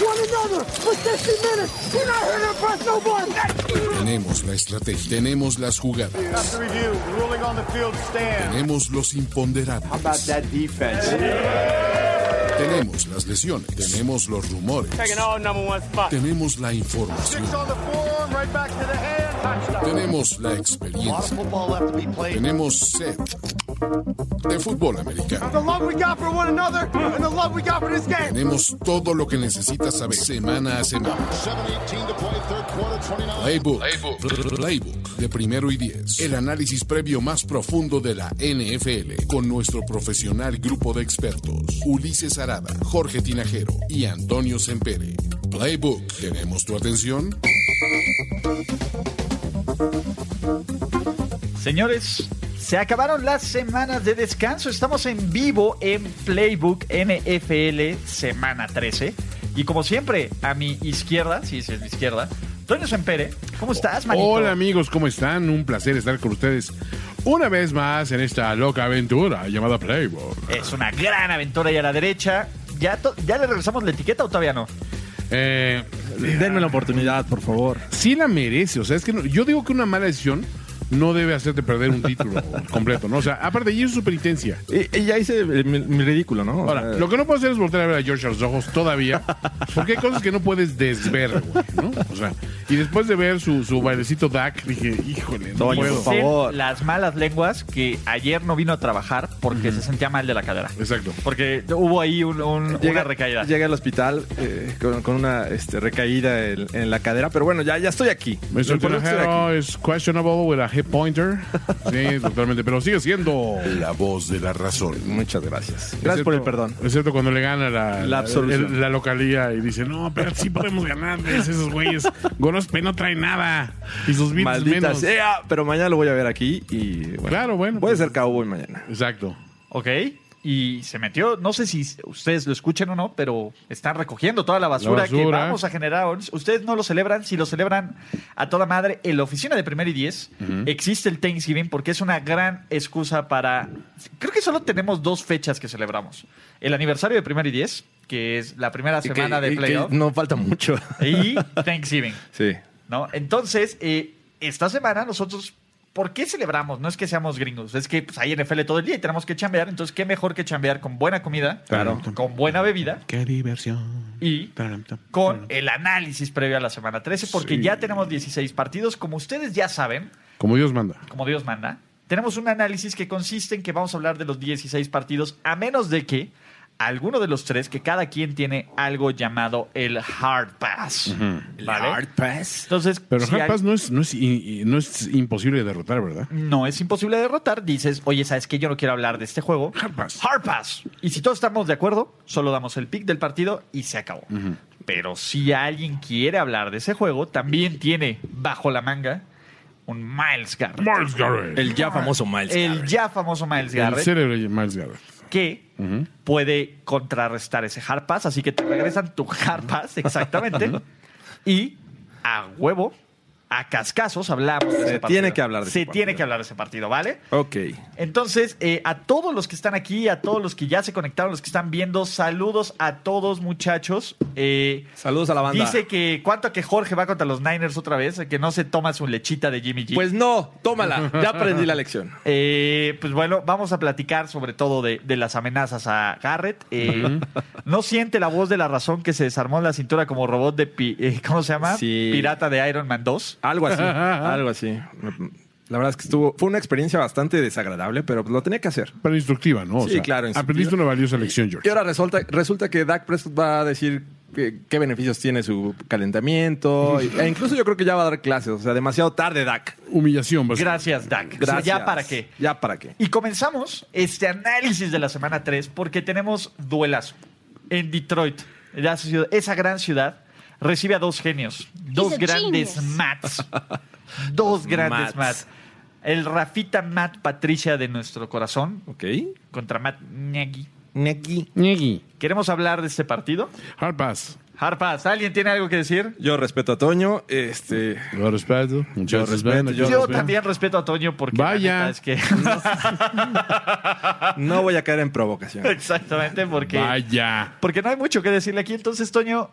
one another for 60 minutes. We're not here to impress nobody. Tenemos la estrategia, tenemos las jugadas, After review, ruling on the field stand. tenemos los About imponderables, that defense. tenemos las lesiones, tenemos los rumores, Taking all number one spot. tenemos la información, Six on the forearm, right back to the hand. Touchdown. tenemos la experiencia, tenemos sed de fútbol americano. The love we got for one another and the love we got for this game. Tenemos todo lo que necesitas saber semana a semana. Playbook, playbook, playbook de primero y diez. El análisis previo más profundo de la NFL con nuestro profesional grupo de expertos. Ulises Arada, Jorge Tinajero y Antonio Sempere. Playbook, ¿tenemos tu atención? Señores, se acabaron las semanas de descanso. Estamos en vivo en Playbook NFL semana 13. Y como siempre, a mi izquierda, sí, sí, es mi izquierda, Toño Sempere. ¿Cómo estás, manito? Hola amigos, ¿cómo están? Un placer estar con ustedes una vez más en esta loca aventura llamada Playbook. Es una gran aventura y a la derecha. ¿Ya, to- ¿Ya le regresamos la etiqueta o todavía no? Eh, Denme la oportunidad, por favor. sí la merece, o sea, es que no- yo digo que una mala decisión no debe hacerte perder un título completo, ¿no? O sea, aparte, y es superintencia. Y, y ya hice mi, mi ridículo, ¿no? Eh, O Ahora, sea, lo que no puedo hacer es volver a ver a George a los ojos todavía, porque hay cosas que no puedes desver, güey, ¿no? O sea, y después de ver su, su bailecito DAC, dije, híjole, no Toño, puedo. por favor. Dicen Las malas lenguas que ayer no vino a trabajar porque se sentía mal de la cadera. Exacto. Porque hubo ahí un- un- una recaída. Llega al hospital eh, con, con una este, recaída en, en la cadera, pero bueno, ya, ya estoy aquí. Lo Mr. importante es estar aquí. Tinajero es questionable with a hit pointer. Sí, totalmente, pero sigue siendo. La voz de la razón. Muchas gracias. Gracias Excepto- por el perdón. Excepto cuando le gana la, La absolución. el- la localía y dice, no, pero sí podemos ganarles esos güeyes. Gorospe no trae nada. Y sus vidas Maldita menos. sea, pero mañana lo voy a ver aquí y bueno. Claro, bueno. pues, Puede ser cowboy mañana. Exacto. Ok. Y se metió, no sé si ustedes lo escuchen o no, pero están recogiendo toda la basura, La que basura. vamos a generar. hoy. Ustedes no lo celebran, si lo celebran a toda madre, en la oficina de Primer y Diez existe el Thanksgiving porque es una gran excusa para... Creo que solo tenemos dos fechas que celebramos. El aniversario de Primer y Diez, que es la primera semana de playoff, no falta mucho. y Thanksgiving. Sí. ¿no? Entonces, eh, esta semana nosotros, ¿por qué celebramos? No es que seamos gringos, es que pues, hay NFL todo el día y tenemos que chambear, entonces, ¿qué mejor que chambear con buena comida, Claro. con buena bebida Qué diversión. y con el análisis previo a la semana 13? Porque ya tenemos 16 partidos, como ustedes ya saben, Como Dios manda. como Dios manda, tenemos un análisis que consiste en que vamos a hablar de los 16 partidos, a menos de que alguno de los tres, que cada quien tiene algo llamado el hard pass. ¿vale? pass. Entonces, Pero si Hard hay- Pass no es, no, es, i- i- no es imposible de derrotar, ¿verdad? no es imposible derrotar, dices, oye, ¿sabes qué? Yo no quiero hablar de este juego. Hard pass. Hard pass. Y si todos estamos de acuerdo, solo damos el pick del partido y se acabó. Pero si alguien quiere hablar de ese juego, también tiene bajo la manga un Miles Garrett. Miles Garrett. El ya famoso Miles. el ya famoso Miles El Garrett cerebro de Miles Garrett. que puede contrarrestar ese hard pass. Así que te regresan tu hard pass, exactamente. y a huevo, a cascazos, hablamos de ese partido. tiene que hablar de Se ese tiene partido. que hablar de ese partido, ¿vale? Ok. Entonces, eh, a todos los que están aquí, a todos los que ya se conectaron, los que están viendo, saludos a todos, muchachos. Eh, Saludos a la banda. dice que cuánto que Jorge va contra los Niners otra vez, Eh, que no se toma su lechita de Jimmy G. Pues no, tómala. Ya aprendí la lección. Eh, pues bueno, vamos a platicar sobre todo de, de las amenazas a Garrett. Eh, No siente la voz de la razón que se desarmó la cintura como robot de... pi- eh, ¿Cómo se llama? Sí. Pirata de Iron Man 2. Algo así, algo así. La verdad es que estuvo, fue una experiencia bastante desagradable, pero lo tenía que hacer. Pero instructiva, ¿no? O Sí, claro, instructiva. Aprendiste una valiosa lección, Y George. ahora resulta, resulta que Dak Prescott va a decir que- qué beneficios tiene su calentamiento. y- e incluso yo creo que ya va a dar clases. O sea, demasiado tarde, Dak. Humillación, básicamente. Gracias, Dak. O sea, Pues Gracias. ¿Ya para qué? Ya para qué. Y comenzamos este análisis de la semana 3 porque tenemos duelas en Detroit. la ciudad- esa gran ciudad recibe a dos genios, dos a grandes genius. mats. Dos grandes mats. Mats. El Rafita Matt Patricia de nuestro corazón Ok. contra Matt Nagy. Neki. Ñegui. ¿Queremos hablar de este partido? Hard Pass. Harpas, ¿alguien tiene algo que decir? Yo respeto a Toño. Este. Lo respeto. Muchas Yo gracias, respeto, Ben. yo Yo, los veo. también respeto a Toño porque la Vaya. neta es que No voy a caer en provocación. exactamente porque Vaya. porque no hay mucho que decirle aquí, entonces Toño,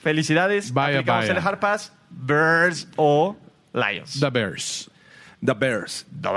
Felicidades. Vaya, Aplicamos vaya. el hard pass, Bears o Lions. The Bears. The Bears. The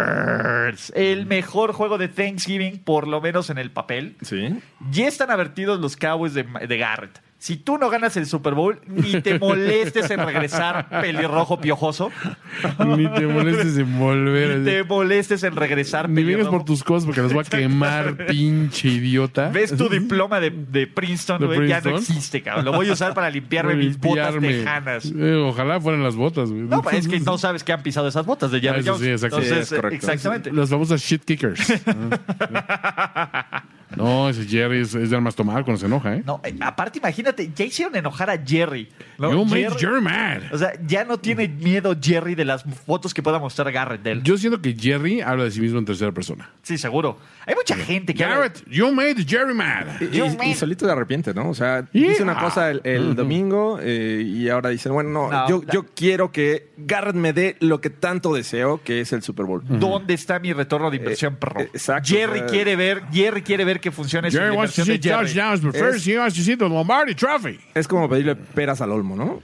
Birds. El mejor juego de Thanksgiving, por lo menos en el papel. Sí. Ya están advertidos los Cowboys de, de Garrett. Si tú no ganas el Super Bowl, ni te molestes en regresar pelirrojo piojoso, Ni te molestes en volver. ni te molestes en regresar Ni vengas pelirrojo. por tus cosas porque las voy a quemar, pinche idiota. ¿Ves tu diploma de, de Princeton, ¿De güey? Ya no Princeton? existe, cabrón. Lo voy a usar para limpiarme mis botas Limpiarme. tejanas. Eh, ojalá fueran las botas, güey. No, pues, es que no sabes que han pisado esas botas de Jerry Ah, eso Jones. sí, exacto. Entonces, Sí, es correcto. exactamente. Las famosas shit kickers. Ah, sí. no, ese Jerry es, es de armas tomar cuando se enoja, ¿eh? No, eh, aparte, imagínate, ya hicieron enojar a Jerry. ¿no? you made Jerry- Jerry mad. O sea, ya no tiene miedo Jerry de las fotos que pueda mostrar Garrett de él. Yo siento que Jerry habla de sí mismo en tercera persona. sí, seguro. Hay mucha gente que... habla- Garrett, you made Jerry mad. Y, y- y solito se arrepiente, ¿no? O sea, Yeah. hice una cosa el, el domingo eh, y ahora dicen, bueno, no, No, yo, la- yo quiero que Garrett me dé lo que tanto deseo, que es el Super Bowl. ¿Dónde está mi retorno de inversión, Eh, perro? eh, exacto. Jerry Eh, quiere ver, Jerry quiere ver que funcione su Jerry wants to inversión see de Jerry. touchdowns, but first he wants to see the Lombardi Trophy. Es como pedirle peras al olmo, ¿no?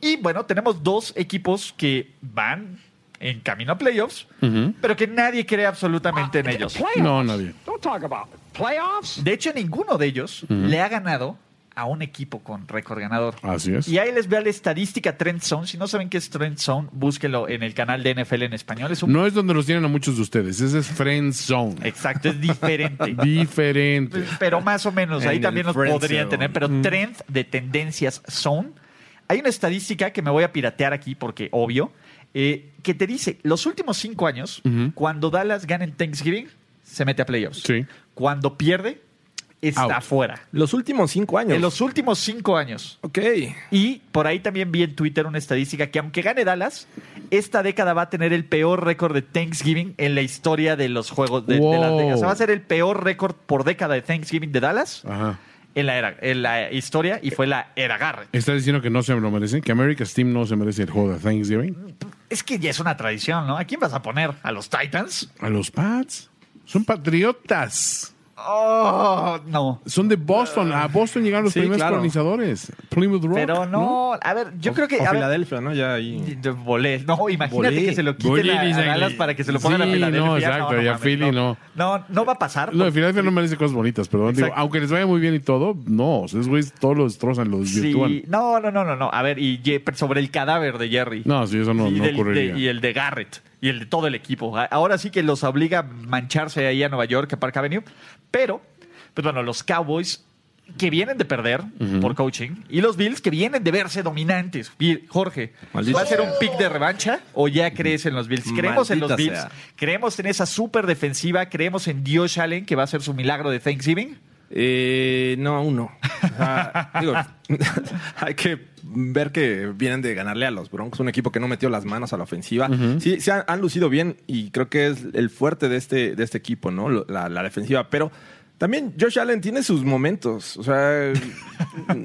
Y bueno, tenemos dos equipos que van en camino a playoffs, pero que nadie cree absolutamente en ellos. No, nadie. Don't talk about it. Playoffs? De hecho, ninguno de ellos le ha ganado a un equipo con récord ganador. Así es. Y ahí les veo la estadística Trend Zone. Si no saben qué es Trend Zone, búsquenlo en el canal de NFL en español. Es un... No es donde los tienen a muchos de ustedes. Ese es Friend Zone. Exacto, es diferente. Diferente. pero más o menos, En ahí el también nos friend podrían zone. tener. Pero Trend de Tendencias Zone. Hay una estadística que me voy a piratear aquí porque obvio, eh, que te dice, los últimos cinco años, cuando Dallas gana en Thanksgiving, se mete a playoffs. Sí. Cuando pierde, está Out. fuera. Los últimos cinco años. En los últimos cinco años. Ok. Y por ahí también vi en Twitter una estadística que aunque gane Dallas, esta década va a tener el peor récord de Thanksgiving en la historia de los Juegos de, de Wow. Las Vegas. O sea, va a ser el peor récord por década de Thanksgiving de Dallas Ah. Ajá. en la, era, en la historia y fue la era Garrett. ¿Estás diciendo que no se lo merecen? ¿Que America's Team no se merece el juego de Thanksgiving? Es que ya es una tradición, ¿no? ¿A quién vas a poner? ¿A los Titans? ¿A los Pats? Son patriotas. Oh, no. Son de Boston. A Boston llegaron los Sí, primeros claro. colonizadores. Plymouth Rock. Pero no, a ver, yo creo que... O a ver, Filadelfia, ¿no? Ya ahí. de- Volé. No, imagínate Volé. que se lo quiten Volé, a, a dice Dallas que- para que se lo pongan a Sí, Filadelfia. no, exacto, y a mames, Philly No, no va a pasar. Lo de Filadelfia no merece cosas bonitas, perdón. Digo, Exacto. aunque les vaya muy bien y todo, no. O sea, Esos güeyes todos los destrozan, los Sí, desvirtúan. no, no, no, no, no. A ver, y Ye- sobre el cadáver de Jerry. No, sí, eso no, y, no del- ocurriría. de- y el de Garrett. Y el de todo el equipo. A- Ahora sí que los obliga a mancharse ahí a Nueva York, a Park Avenue. Pero, pues bueno, los Cowboys que vienen de perder por coaching y los Bills que vienen de verse dominantes. Y, Jorge, Maldito ¿va a ser un pick de revancha o ya crees en los Bills? Creemos en los Maldita Bills, sea. creemos en esa super defensiva, creemos en Dios Allen que va a ser su milagro de Thanksgiving. Eh, no, aún no. O sea, digo, hay que ver que vienen de ganarle a los Broncos, un equipo que no metió las manos a la ofensiva. Sí, se han, han lucido bien y creo que es el fuerte de este, de este equipo, ¿no? Lo- La, la defensiva, pero. También Josh Allen tiene sus momentos, o sea,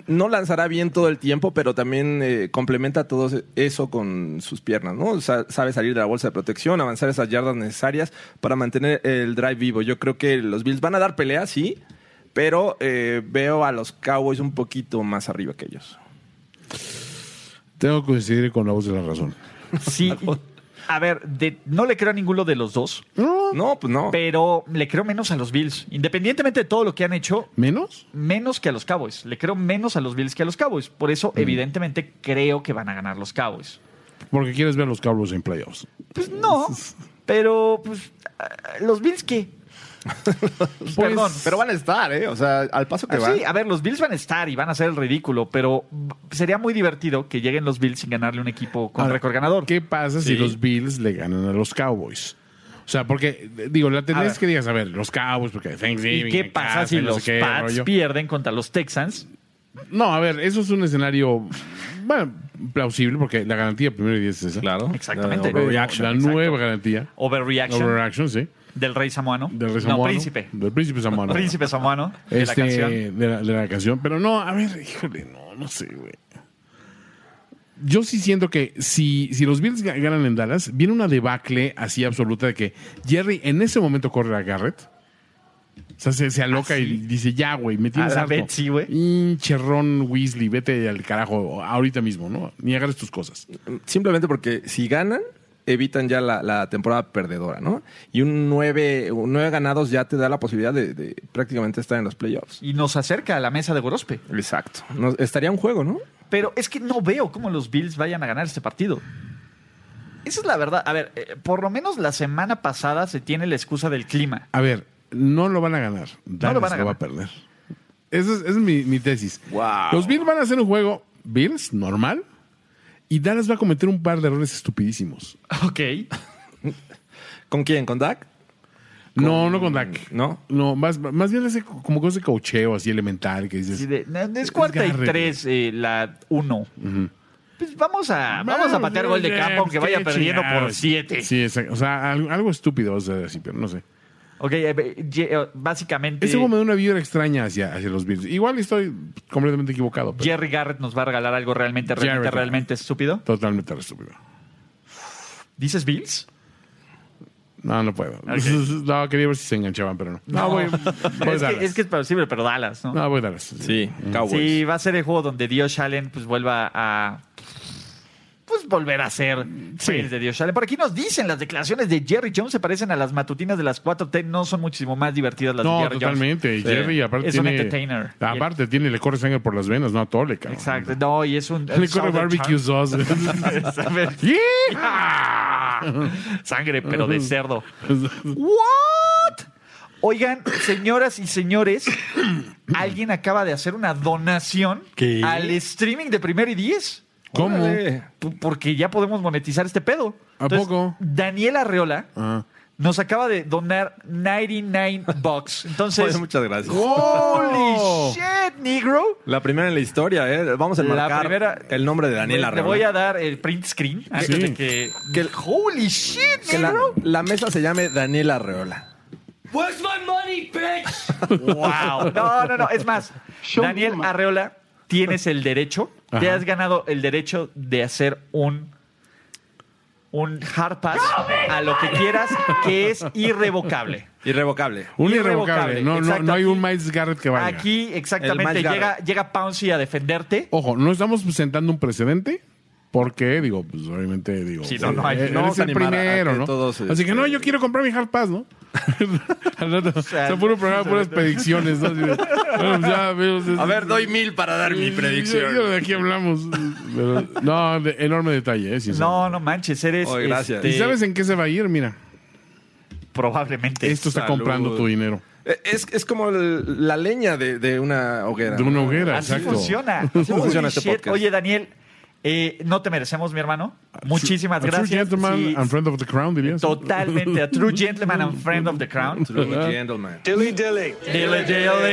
no lanzará bien todo el tiempo, pero también eh, complementa todo eso con sus piernas, ¿no? O sea, sabe salir de la bolsa de protección, avanzar esas yardas necesarias para mantener el drive vivo. Yo creo que los Bills van a dar pelea, sí, pero eh, veo a los Cowboys un poquito más arriba que ellos. Tengo que coincidir con la voz de la razón. Sí. A ver, de- no le creo a ninguno de los dos, No, pues no. pero le creo menos a los Bills. Independientemente de todo lo que han hecho, ¿Menos? menos que a los Cowboys. Le creo menos a los Bills que a los Cowboys. Por eso, Mm. evidentemente, creo que van a ganar los Cowboys. Porque quieres ver a los Cowboys en playoffs. Pues Mm. no, pero pues, ah, ¿los Bills qué? Perdón, Pues, Pero van a estar, ¿eh? O sea, al paso que Ah, van. Sí, a ver, los Bills van a estar y van a hacer el ridículo, pero b- sería muy divertido que lleguen los Bills sin ganarle un equipo con Ahora, récord ganador. ¿Qué pasa si los Bills le ganan a los Cowboys? O sea, porque, eh, digo, la tendencia ver. es que digas, a ver, los Cowboys, porque Thanksgiving. ¿Y qué en pasa casa, si y no los sé qué Pats rollo. pierden contra los Texans? No, a ver, eso es un escenario, bueno, plausible, porque la garantía primero y diez es esa. claro. Exactamente. No, no, no. La nueva garantía. Overreaction. Overreaction, sí. Del rey samoano. Del rey No, samoano. príncipe. Del príncipe samoano. Príncipe samoano. De la Este, canción. de la, de la canción. Pero no, a ver, híjole, no, no sé, güey. Yo sí siento que si, si los Bills ga- ganan en Dallas, viene una debacle así absoluta de que Jerry en ese momento corre a Garrett O sea, se, se aloca y dice, ya, güey, me tienes Ah, A la harto. Betsy, güey. Hinche Ron Weasley, vete al carajo ahorita mismo, ¿no? Ni agarres tus cosas. Simplemente porque si ganan, evitan ya la, la temporada perdedora, ¿no? Y un 9, ganados ya te da la posibilidad de, de prácticamente estar en los playoffs. Y nos acerca a la mesa de Gorospe. Exacto. No, estaría un juego, ¿no? Pero es que no veo cómo los Bills vayan a ganar este partido. Esa es la verdad. A ver, eh, por lo menos la semana pasada se tiene la excusa del clima. A ver, no lo van a ganar. Dallas lo, lo van a va ganar. a perder. Esa es, esa es mi, mi tesis. Wow. Los Bills van a hacer un juego, Bills, normal. Y Dallas va a cometer un par de errores estupidísimos. Ok. ¿Con quién? ¿Con Dak? No, no con Dak. ¿No? No, más, más bien hace como cosas de cocheo así elemental que dices. Sí, de- no, es cuarta y Garre. tres, eh, la uno. Pues vamos a, vamos a patear gol de campo, aunque vaya Qué perdiendo por chingados. siete. Sí, exacto. O sea, algo, algo estúpido, o sea, así, pero no sé. Ok, eh, eh, ye- eh, básicamente Ese juego me da una vibra extraña hacia, hacia los Bills. Igual estoy completamente equivocado, pero Jerry Garrett nos va a regalar algo realmente, realmente, Garrett. realmente estúpido. totalmente estúpido. ¿Dices Bills? No, no puedo. No, quería ver si se enganchaban, pero no. No, voy, voy es, Dallas. que, es que es posible, pero Dallas, ¿no? No, voy Dallas. Sí. Sí, Cowboys. Sí, va a ser el juego donde Dios Allen pues vuelva a pues volver a ser Fails de Dios Allen. Por aquí nos dicen las declaraciones de Jerry Jones se parecen a las matutinas de las 4T, no son muchísimo más divertidas las de No, Jerry totalmente. Jones. Jerry, aparte es tiene... un entertainer. Aparte tiene, le corre sangre por las venas, no a Tole, cabrón. Exacto. No, y es un Le corre Southern barbecue sauce. Charm. ¿Sabes? Sangre, pero de cerdo. ¿What? Oigan, señoras y señores, alguien acaba de hacer una donación ¿Qué? al streaming de Primero y Diez. ¿Cómo? Órale. P- Porque ya podemos monetizar este pedo. ¿A poco? Daniel Arreola Ah. nos acaba de donar 99 bucks. Entonces, Oye, muchas gracias. ¡Oh! holy shit, negro. La primera en la historia, ¿eh? Vamos a La marcar primera- el nombre de Daniel Le- Le Arreola. voy a dar el print screen. antes Sí. de que, que- holy shit, Que la, negro. la mesa se llame Daniel Arreola. Where's my money, bitch? Wow. No, no, no. Es más, Daniel Arreola, tienes el derecho. Te has ganado el derecho de hacer un un hard pass a lo que quieras que es irrevocable. Irrevocable. Un Irrevocable, irrevocable. No, no, exacto, no hay aquí- un Miles Garrett que vaya. Aquí El exactamente Miles llega, Garrett. llega Pouncy a defenderte. Ojo, no estamos sentando un precedente. Porque, digo, pues obviamente, digo, eh, Sí, no, no hay- eres no vamos a el animar a primero, que ¿no? todos, Así que no, este- yo quiero comprar mi Hard Pass, ¿no? Al rato, o sea, puro programa, puras predicciones, ¿no? Así de, bueno, pues ya, amigos, es- A ver, doy mil para dar mi predicción. Yo- yo de aquí hablamos. Pero, no, de- enorme detalle, ¿eh? sincero. No, no manches, eres. Oye, gracias. ¿Y este, sabes en qué se va a ir? Mira, Probablemente. esto está Salud. comprando tu dinero. Eh, Es, es como el- la leña de, de una hoguera. De una hoguera, Así exacto. funciona. Holy funciona este shit. podcast. Oye, Daniel, eh, no te merecemos, mi hermano. Muchísimas A gracias. True gentleman Sí, and friend of the crown, dirías. Totalmente. A true gentleman and friend of the crown. True gentleman. Dilly dilly. Dele, dele.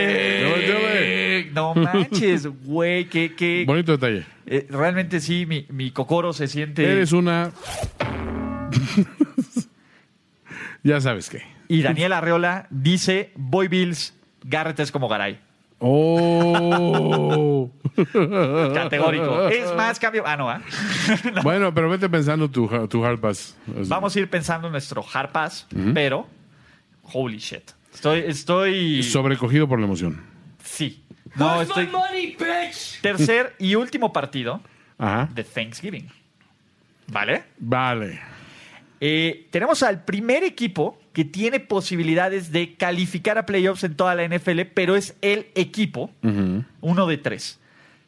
Dele, No manches, güey. Que, que, Bonito detalle. eh, realmente sí, mi, mi cocoro se siente. Eres una. ya sabes qué. Y Daniel Arreola dice: Boy Bills, Garrett es como Garay. Oh. Categórico. Es más, cambio. Ah, no, ¿ah? bueno, pero vete pensando tu, ha- tu hard pass. Así. Vamos a ir pensando en nuestro hard pass, pero. Holy shit. Estoy. estoy Sobrecogido por la emoción. sí. No, Where's estoy. my money, bitch? Tercer y último partido Ajá. de Thanksgiving. ¿Vale? Vale. Eh, tenemos al primer equipo que tiene posibilidades de calificar a playoffs en toda la NFL, pero es el equipo, uno de tres.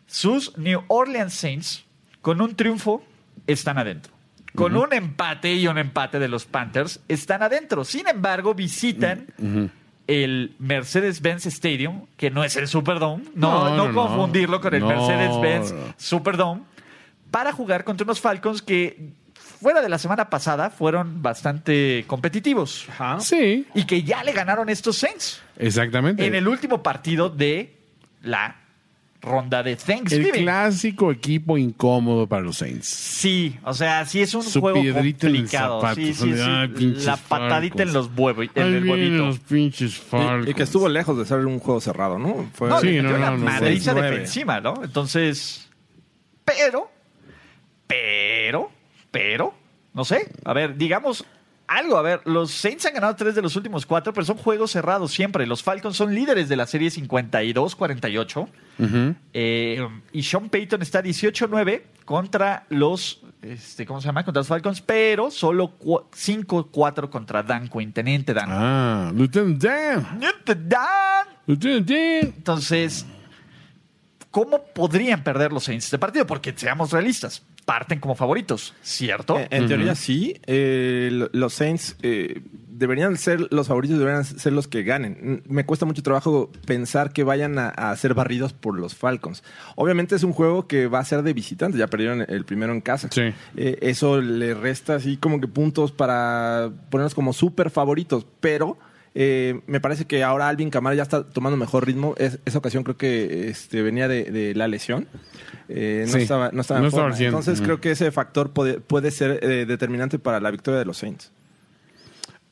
Sus New Orleans Saints, con un triunfo, están adentro. Con un empate y un empate de los Panthers, están adentro. Sin embargo, visitan el Mercedes-Benz Stadium, que no es el Superdome. No, No, no, no, no. confundirlo con el No. Mercedes-Benz Superdome para jugar contra unos Falcons que fuera de la semana pasada fueron bastante competitivos Ajá. Sí, y que ya le ganaron estos Saints exactamente. en el último partido de la ronda de El Thanksgiving. clásico equipo incómodo para los Saints. Sí, o sea, sí es un Su juego piedrita en el complicado. zapato, Sí, sí, sí. ay, pinches la patadita en Falcons. los huevos, en Ahí el vienen huevito. los pinches Falcons. Y, y que estuvo lejos de ser un juego cerrado, ¿no? Fue- No, Sí, le no, metió una no, no, madriza seis, nueve. defensiva, ¿no? Entonces, pero, pero, pero, no sé. A ver, digamos algo. A ver, los Saints han ganado tres de los últimos cuatro, pero son juegos cerrados siempre. Los Falcons son líderes de la serie 52-48. Eh, y Sean Payton está 18-9 contra los, este, ¿cómo se llama? Contra los Falcons, pero solo cu- 5-4 contra Dan Quinn, Teniente Dan. Ah, Lieutenant Dan. Teniente Dan. Lieutenant Dan. Entonces, ¿cómo podrían perder los Saints este partido? Porque seamos realistas, parten como favoritos, ¿cierto? eh, En, en teoría sí. Eh, lo- los Saints eh, deberían ser los favoritos, deberían ser los que ganen. Mm, Me cuesta mucho trabajo pensar que vayan a, a ser barridos por los Falcons. Obviamente es un juego que va a ser de visitantes. Ya perdieron el primero en casa. Sí. Eh, eso le resta así como que puntos para ponernos como súper favoritos, pero... eh, me parece que ahora Alvin Kamara ya está tomando mejor ritmo. Es- esa ocasión creo que este, venía de, de la lesión. Eh, no, Sí. estaba, no estaba en No estaba forma. al cien. Entonces Ujú. creo que ese factor puede, puede ser eh, determinante para la victoria de los Saints.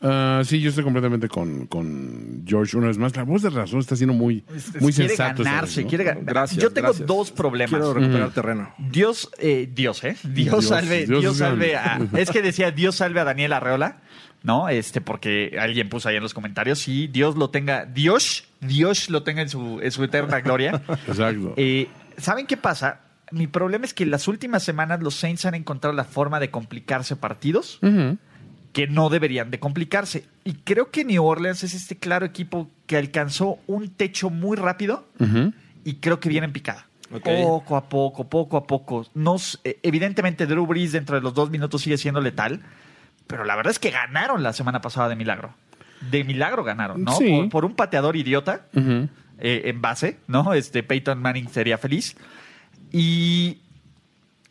Ah, sí, yo estoy completamente con, con George. Una vez más, la voz de razón está siendo muy, muy Este, quiere sensato. esta ganarse, vez, ¿no? quiere ganar. Gracias. Yo tengo gracias. dos problemas. Quiero recuperar terreno. Dios, eh, Dios, ¿eh? Dios, Dios, salve, Dios Dios, salve. salve a... Es que decía Dios salve a Daniel Arreola, ¿no? Este, porque alguien puso ahí en los comentarios, y Dios lo tenga, Dios, Dios lo tenga en su, en su eterna gloria. Exacto. Eh, ¿Saben qué pasa? Mi problema es que en las últimas semanas los Saints han encontrado la forma de complicarse partidos que no deberían de complicarse. Y creo que New Orleans es este claro equipo que alcanzó un techo muy rápido y creo que viene en picada. Ok. Poco a poco, poco a poco. Nos, eh, evidentemente Drew Brees dentro de los dos minutos sigue siendo letal, pero la verdad es que ganaron la semana pasada de milagro. De milagro ganaron, ¿no? Sí. Por, por un pateador idiota eh, en base, ¿no? Este Peyton Manning sería feliz. Y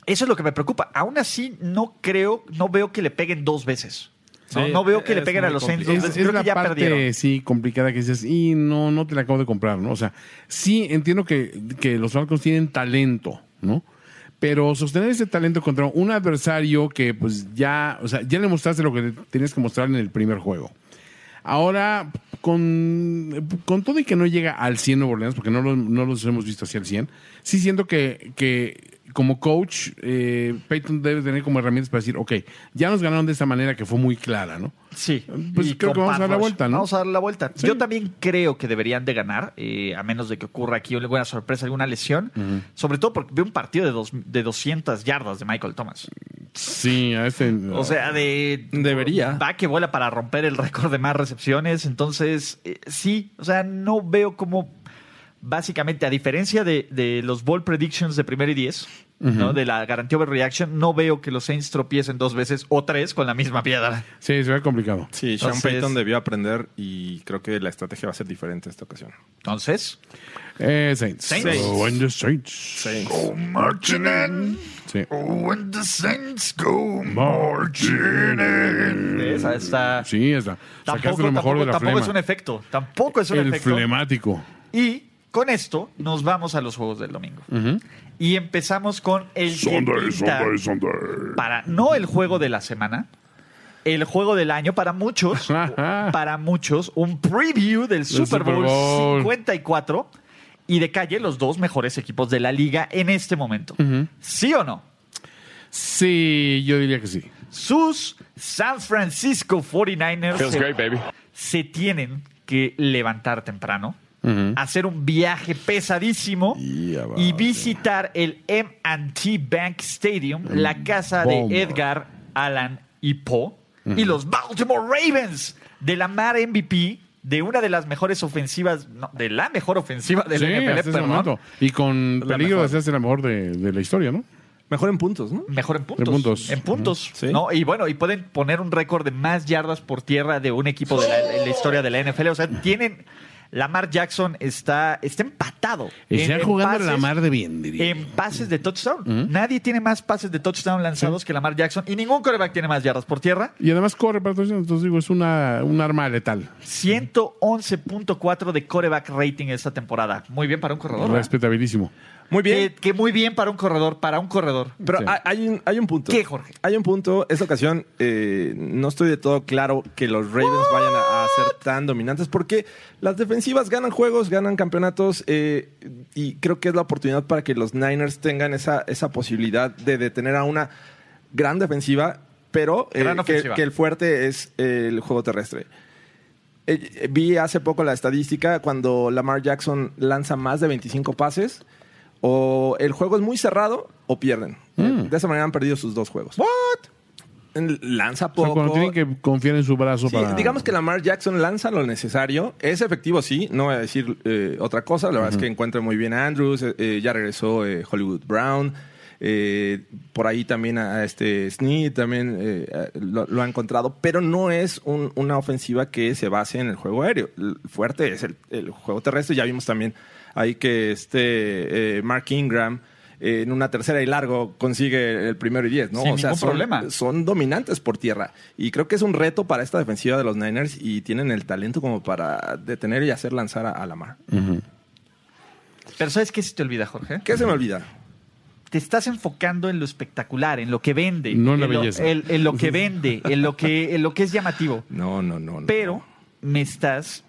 eso es lo que me preocupa. Aún así, no creo, no veo que le peguen dos veces. No, Sí, No veo que le es peguen a muy los Saints dos Es, complicado. veces. es Creo la que ya parte, perdieron. sí, complicada que dices, y no, no te la acabo de comprar, ¿no? O sea, sí entiendo que, que los Falcons tienen talento, ¿no? Pero sostener ese talento contra un adversario que, pues, ya, o sea, ya le mostraste lo que tenías que mostrar en el primer juego. Ahora, con, con todo y que no llega al 100 Nuevo Orleans, porque no, lo- no los hemos visto hacia el 100, sí siento que, que como coach, eh, Peyton debe tener como herramientas para decir, ok, ya nos ganaron de esta manera que fue muy clara, ¿no? Sí. Pues Y creo con que vamos a Pat dar la Rush. vuelta, ¿no? Vamos a dar la vuelta. Sí. Yo también creo que deberían de ganar, eh, a menos de que ocurra aquí alguna sorpresa, alguna lesión. Sobre todo porque veo un partido de, dos, de 200 yardas de Michael Thomas. Sí, a este. O sea, de. Debería. Va que vuela para romper el récord de más recepciones. Entonces, eh, sí, o sea, no veo cómo. Básicamente, a diferencia de, de los ball predictions de primero y diez, ¿no? de la garantía overreaction, no veo que los Saints tropiecen dos veces o tres con la misma piedra. sí, se ve complicado. Sí, Sean Entonces- Payton debió aprender y creo que la estrategia va a ser diferente esta ocasión. Entonces, Eh, Saints. Saints. Oh, and the Saints. marching in, Sí. when the Saints go Esa está. Sí, está. Sacaste Tampoco, lo mejor tampoco- de la tampoco flema. es un efecto. Tampoco es un El efecto. flemático. Y con esto nos vamos a los juegos del domingo. Y empezamos con el que pinta para no el juego de la semana, el juego del año para muchos, para muchos un preview del Super, Super Bowl, Bowl. 54 y de calle los dos mejores equipos de la liga en este momento. ¿Sí o no? Sí, yo diría que sí. Sus San Francisco 49ers se- se tienen que levantar temprano, hacer un viaje pesadísimo y visitar el MT Bank Stadium, la casa bomba. de Edgar Allan y Poe, y los Baltimore Ravens de la Mar MVP. De una de las mejores ofensivas, no, de la mejor ofensiva del sí, NFL, hasta ese perdón. momento. Y con La peligro de mejor. hacerse la mejor de, de la historia, ¿no? Mejor en puntos, ¿no? Mejor en puntos. En puntos. En puntos, Sí. ¿no? Y bueno, y pueden poner un récord de más yardas por tierra de un equipo de la, en la historia de la NFL. O sea, tienen. Lamar Jackson está, está empatado. Están jugando pases- la mar de bien, diría. En pases de touchdown. Nadie tiene más pases de touchdown lanzados que Lamar Jackson y ningún coreback tiene más yardas por tierra. y además corre para todos, entonces digo, es una, un arma letal. 111.4 de coreback rating esta temporada. Muy bien para un corredor. ¿verdad? Respetabilísimo. Muy bien. Que, que muy bien para un corredor, para un corredor. Pero Sí. hay- hay, un, hay un punto. ¿Qué, Jorge? Hay un punto. Esta ocasión eh, no estoy de todo claro que los Ravens vayan a, a ser tan dominantes porque las defensivas ganan juegos, ganan campeonatos eh, y creo que es la oportunidad para que los Niners tengan esa, esa posibilidad de detener a una gran defensiva pero eh, Gran que, ofensiva. que el fuerte es eh, el juego terrestre. Eh, eh, vi hace poco la estadística cuando Lamar Jackson lanza más de 25 pases, o el juego es muy cerrado o pierden. Eh, De esa manera han perdido sus dos juegos. En- O Lanza sea, poco. cuando tienen que confiar en su brazo Sí, para. digamos que Lamar Jackson lanza lo necesario. Es efectivo, sí. No voy a decir eh, otra cosa. La verdad es que encuentra muy bien a Andrews. eh, eh, ya regresó eh, Hollywood Brown. eh, por ahí también a, a este Snead también eh, eh, lo, lo ha encontrado. Pero no es un- una ofensiva que se base en el juego aéreo. El fuerte es el, el juego terrestre. Ya vimos también ahí que este eh, Mark Ingram. eh, En una tercera y largo consigue el primero y diez, ¿no? Sin ningún son- problema. son dominantes por tierra. Y creo que es un reto para esta defensiva de los Niners y tienen el talento como para detener y hacer lanzar a, a Lamar. Pero ¿sabes qué se te olvida, Jorge? ¿Qué se me olvida? Te estás enfocando en lo espectacular, en lo que vende. No en la lo- belleza. el- en lo que vende, en lo que, en lo que es llamativo. No, no, no. no. Pero me estás,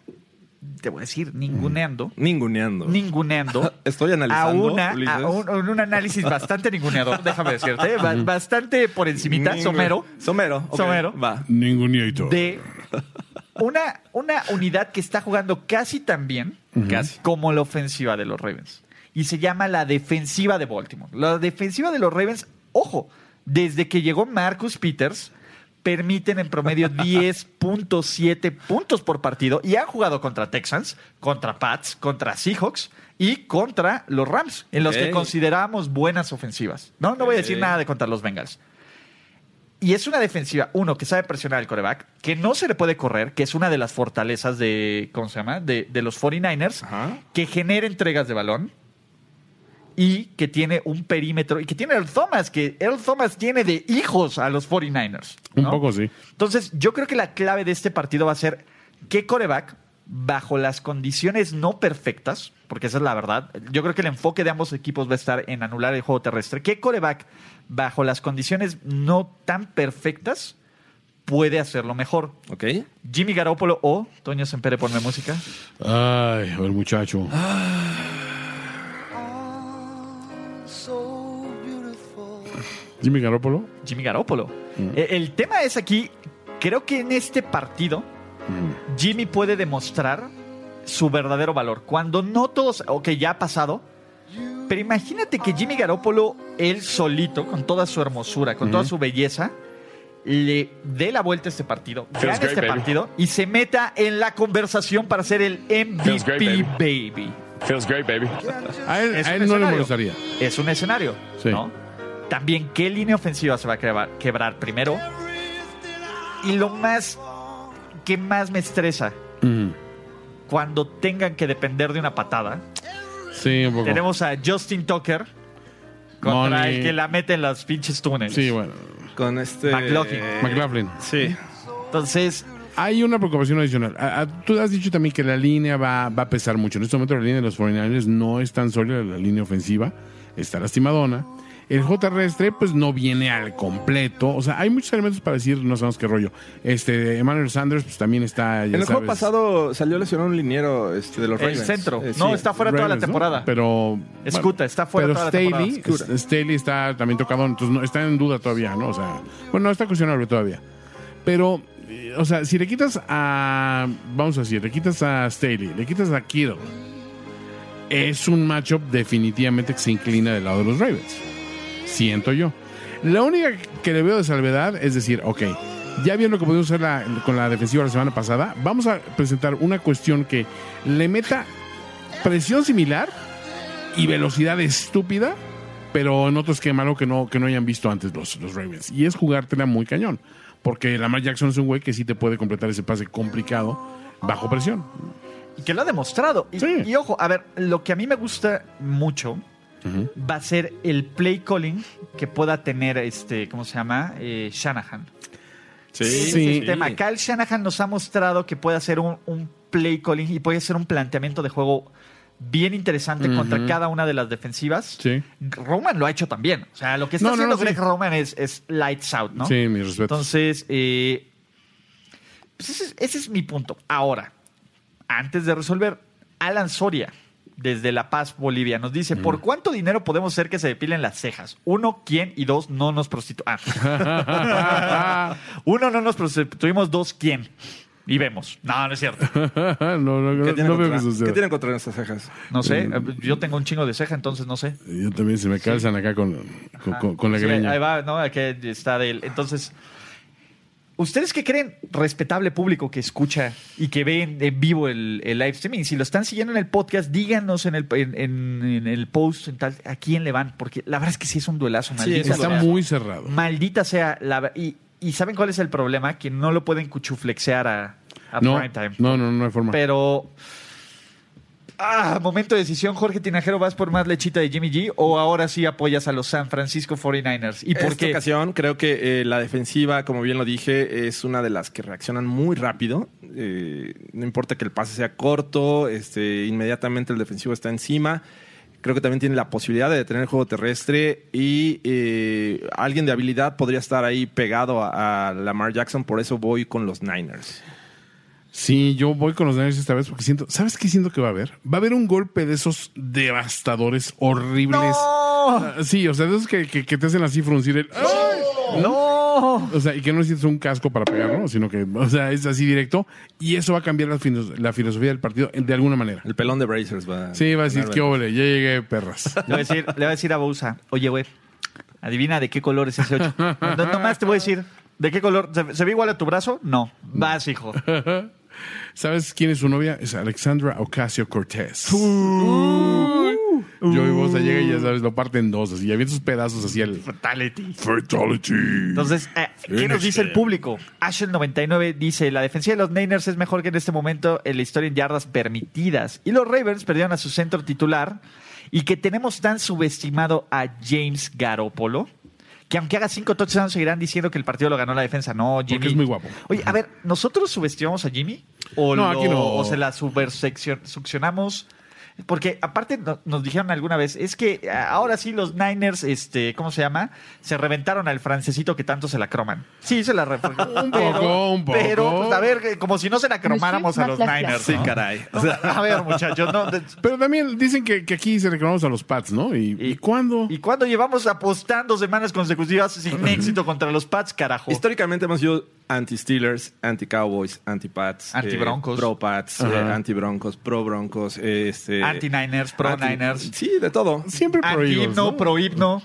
te voy a decir, ninguneando. Ninguneando. Ninguneando. Estoy analizando, A, una, Ulises. a un, un análisis bastante ninguneador, déjame decirte. ba- Bastante por encimita, Ningun- somero. Somero. ok, Somero. Va. Ningún nieto. de una, una unidad que está jugando casi tan bien Casi. como la ofensiva de los Ravens. Y se llama la defensiva de Baltimore. La defensiva de los Ravens, ojo, desde que llegó Marcus Peters, permiten en promedio 10.7 puntos por partido y han jugado contra Texans, contra Pats, contra Seahawks y contra los Rams, en los que Ok. consideramos buenas ofensivas. No, no voy a decir Ok. nada de contra los Bengals. Y es una defensiva, uno, que sabe presionar al coreback, que no se le puede correr, que es una de las fortalezas de, ¿cómo se llama? De, de los 49ers, Ajá. que genera entregas de balón y que tiene un perímetro, y que tiene el Thomas, que el Thomas tiene de hijos a los 49ers. Un ¿no? poco sí. Entonces, yo creo que la clave de este partido va a ser qué coreback, bajo las condiciones no perfectas, porque esa es la verdad, yo creo que el enfoque de ambos equipos va a estar en anular el juego terrestre, qué coreback, bajo las condiciones no tan perfectas, puede hacerlo mejor. Ok. Jimmy Garoppolo o Toño Sempere, ponme música. Ay, el muchacho. Jimmy Garoppolo. Jimmy Garoppolo. Eh, El tema es aquí, creo que en este partido Jimmy puede demostrar su verdadero valor. Cuando no todos, ok, ya ha pasado, pero imagínate que Jimmy Garoppolo, él solito, con toda su hermosura, con toda su belleza, le dé la vuelta a este partido, gane Feels great, este baby. partido y se meta en la conversación para ser el MVP, Feels great, baby. baby. Feels great, baby. A él, Es a un él no le escenario. molestaría. es un escenario, Sí. ¿no? También qué línea ofensiva se va a quebrar, quebrar primero. Y lo más que más me estresa cuando tengan que depender de una patada. Sí, un poco. Tenemos a Justin Tucker contra Money. el que la mete en las pinches túneles. Sí, bueno. Con este. McLaughlin. McLaughlin. Sí. Entonces, Hay una preocupación adicional. A- a- tú has dicho también que la línea va, va a pesar mucho. En este momento la línea de los 49ers no es tan sólida, la línea ofensiva está lastimadona. El juego terrestre, pues no viene al completo. O sea, hay muchos elementos para decir, no sabemos qué rollo. Este, Emmanuel Sanders, pues también está. ya En el juego sabes, pasado salió lesionado un liniero este, de los el Ravens. centro. Eh, sí. No, está fuera toda la Ravens, ¿no? temporada. Pero. Escuta, está fuera pero toda la Staley, temporada. S- Staley está también tocado, entonces no, está en duda todavía, ¿no? O sea, bueno, está cuestionable todavía. Pero, eh, o sea, si le quitas a. Vamos a decir, le quitas a Staley, le quitas a Kittle, es un matchup definitivamente que se inclina del lado de los Ravens. Siento yo. La única que le veo de salvedad es decir, ok, ya bien lo que pudimos hacer la- con la defensiva la semana pasada, vamos a presentar una cuestión que le meta presión similar y velocidad estúpida, pero en otro esquema, algo que no, que no hayan visto antes los, los Ravens. Y es jugártela muy cañón, porque Lamar Jackson es un güey que sí te puede completar ese pase complicado bajo presión. y que lo ha demostrado. Y, Sí. y ojo, a ver, lo que a mí me gusta mucho va a ser el play calling que pueda tener este, ¿cómo se llama? Eh, Shanahan. Sí. Ese es el tema. Kyle Shanahan nos ha mostrado que puede hacer un, un play calling y puede hacer un planteamiento de juego bien interesante contra cada una de las defensivas. Sí. Roman lo ha hecho también. O sea, lo que está No, no, haciendo no, sí. Greg Roman es, es lights out, ¿no? Sí, mis respetos. Entonces, eh, pues ese, es- ese es mi punto. Ahora, antes de resolver, Alan Soria desde La Paz, Bolivia. Nos Mm. dice, ¿por cuánto dinero podemos hacer que se depilen las cejas? Uno, ¿quién? Y dos, no nos Ah. prostituimos. Uno, no nos prostituimos. Dos, ¿quién? Y vemos. No, no es cierto. no, no, no, ¿Qué tienen, no veo contra, que suceda. ¿Qué tienen contra nuestras cejas? No sé. Mm. Yo tengo un chingo de ceja, entonces no sé. Yo también se me calzan acá con, con, con- con la Sí, greña. ahí va, ¿no? Aquí está de él. Entonces, ¿ustedes qué creen, respetable público que escucha y que ve en, en vivo el, el live streaming? Si lo están siguiendo en el podcast, díganos en el, en, en- en el post, en tal, a quién le van, porque la verdad es que sí es un duelazo, maldita Está sea. muy cerrado. Maldita sea. La, ver- y, y ¿saben cuál es el problema? Que no lo pueden cuchuflexear a, a No, prime time. no, no, no hay forma. Pero. Ah, momento de decisión. Jorge Tinajero, ¿vas por más lechita de Jimmy G o ahora sí apoyas a los San Francisco 49ers? ¿Y por Esta qué? ocasión creo que eh, la defensiva, como bien lo dije, es una de las que reaccionan muy rápido. Eh, no importa que el pase sea corto, este, inmediatamente el defensivo está encima. Creo que también tiene la posibilidad de detener el juego terrestre y eh, alguien de habilidad podría estar ahí pegado a, a Lamar Jackson. Por eso voy con los Niners. Sí, yo voy con los Niners esta vez porque siento, ¿sabes qué siento que va a haber? Va a haber un golpe de esos devastadores horribles. Ah, Sí, o sea, de esos que, que- que te hacen así fruncir el. ¡Ay! ¡No! O sea, y que no necesitas un casco para pegarlo, sino que, o sea, es así directo. Y eso va a cambiar la, finos- la filosofía del partido en- de alguna manera. El pelón de Brazers va. Sí, va a decir, ganar, qué ¿verdad? ole, ya llegué, perras. Le voy a decir, le voy a, decir a Bousa, oye, güey, adivina de qué color es ese 8. nomás te voy a decir, ¿de qué color? ¿Se, se ve igual a tu brazo? No. Vas, hijo. ¿Sabes quién es su novia? Es Alexandra Ocasio Cortés. Yo y vos llega y ya sabes, lo parten dos, así, y avienta sus pedazos hacia el. Fatality. Fatality. Entonces, eh, ¿qué nos dice el público? Ashel99 dice, la defensiva de los Niners es mejor que en este momento en la historia en yardas permitidas. Y los Ravens perdieron a su centro titular y que tenemos tan subestimado a James Garoppolo. Que aunque haga cinco touchdowns, seguirán diciendo que el partido lo ganó la defensa. No, Jimmy. es muy guapo. Oye, a ver, ¿nosotros subestimamos a Jimmy? ¿O, No, lo- aquí no. o se la superseccion- succionamos? Porque aparte no- nos dijeron alguna vez, es que ah, ahora sí los Niners, este, ¿cómo se llama? Se reventaron al francesito que tanto se la croman. Sí, se la re- Un pero- poco, un poco. Pero, pues, a ver, eh, como si no se la cromáramos a los Niners. Sí, ¿no? caray. No, a ver, muchachos, no, de- Pero también dicen que, que aquí se reclamamos a los Pats, ¿no? ¿Y, ¿y cuándo? ¿Y cuando llevamos apostando semanas consecutivas sin éxito contra los Pats, carajo? Históricamente hemos sido anti-Steelers, anti-Cowboys, anti-Pats, Anti-Broncos. eh, pro-Pats, eh, anti-Broncos, pro-Broncos, eh, este, Anti-Niners, anti- pro-Niners, Sí, de todo. Siempre pro Eagles, anti-himno, ¿no? pro-himno.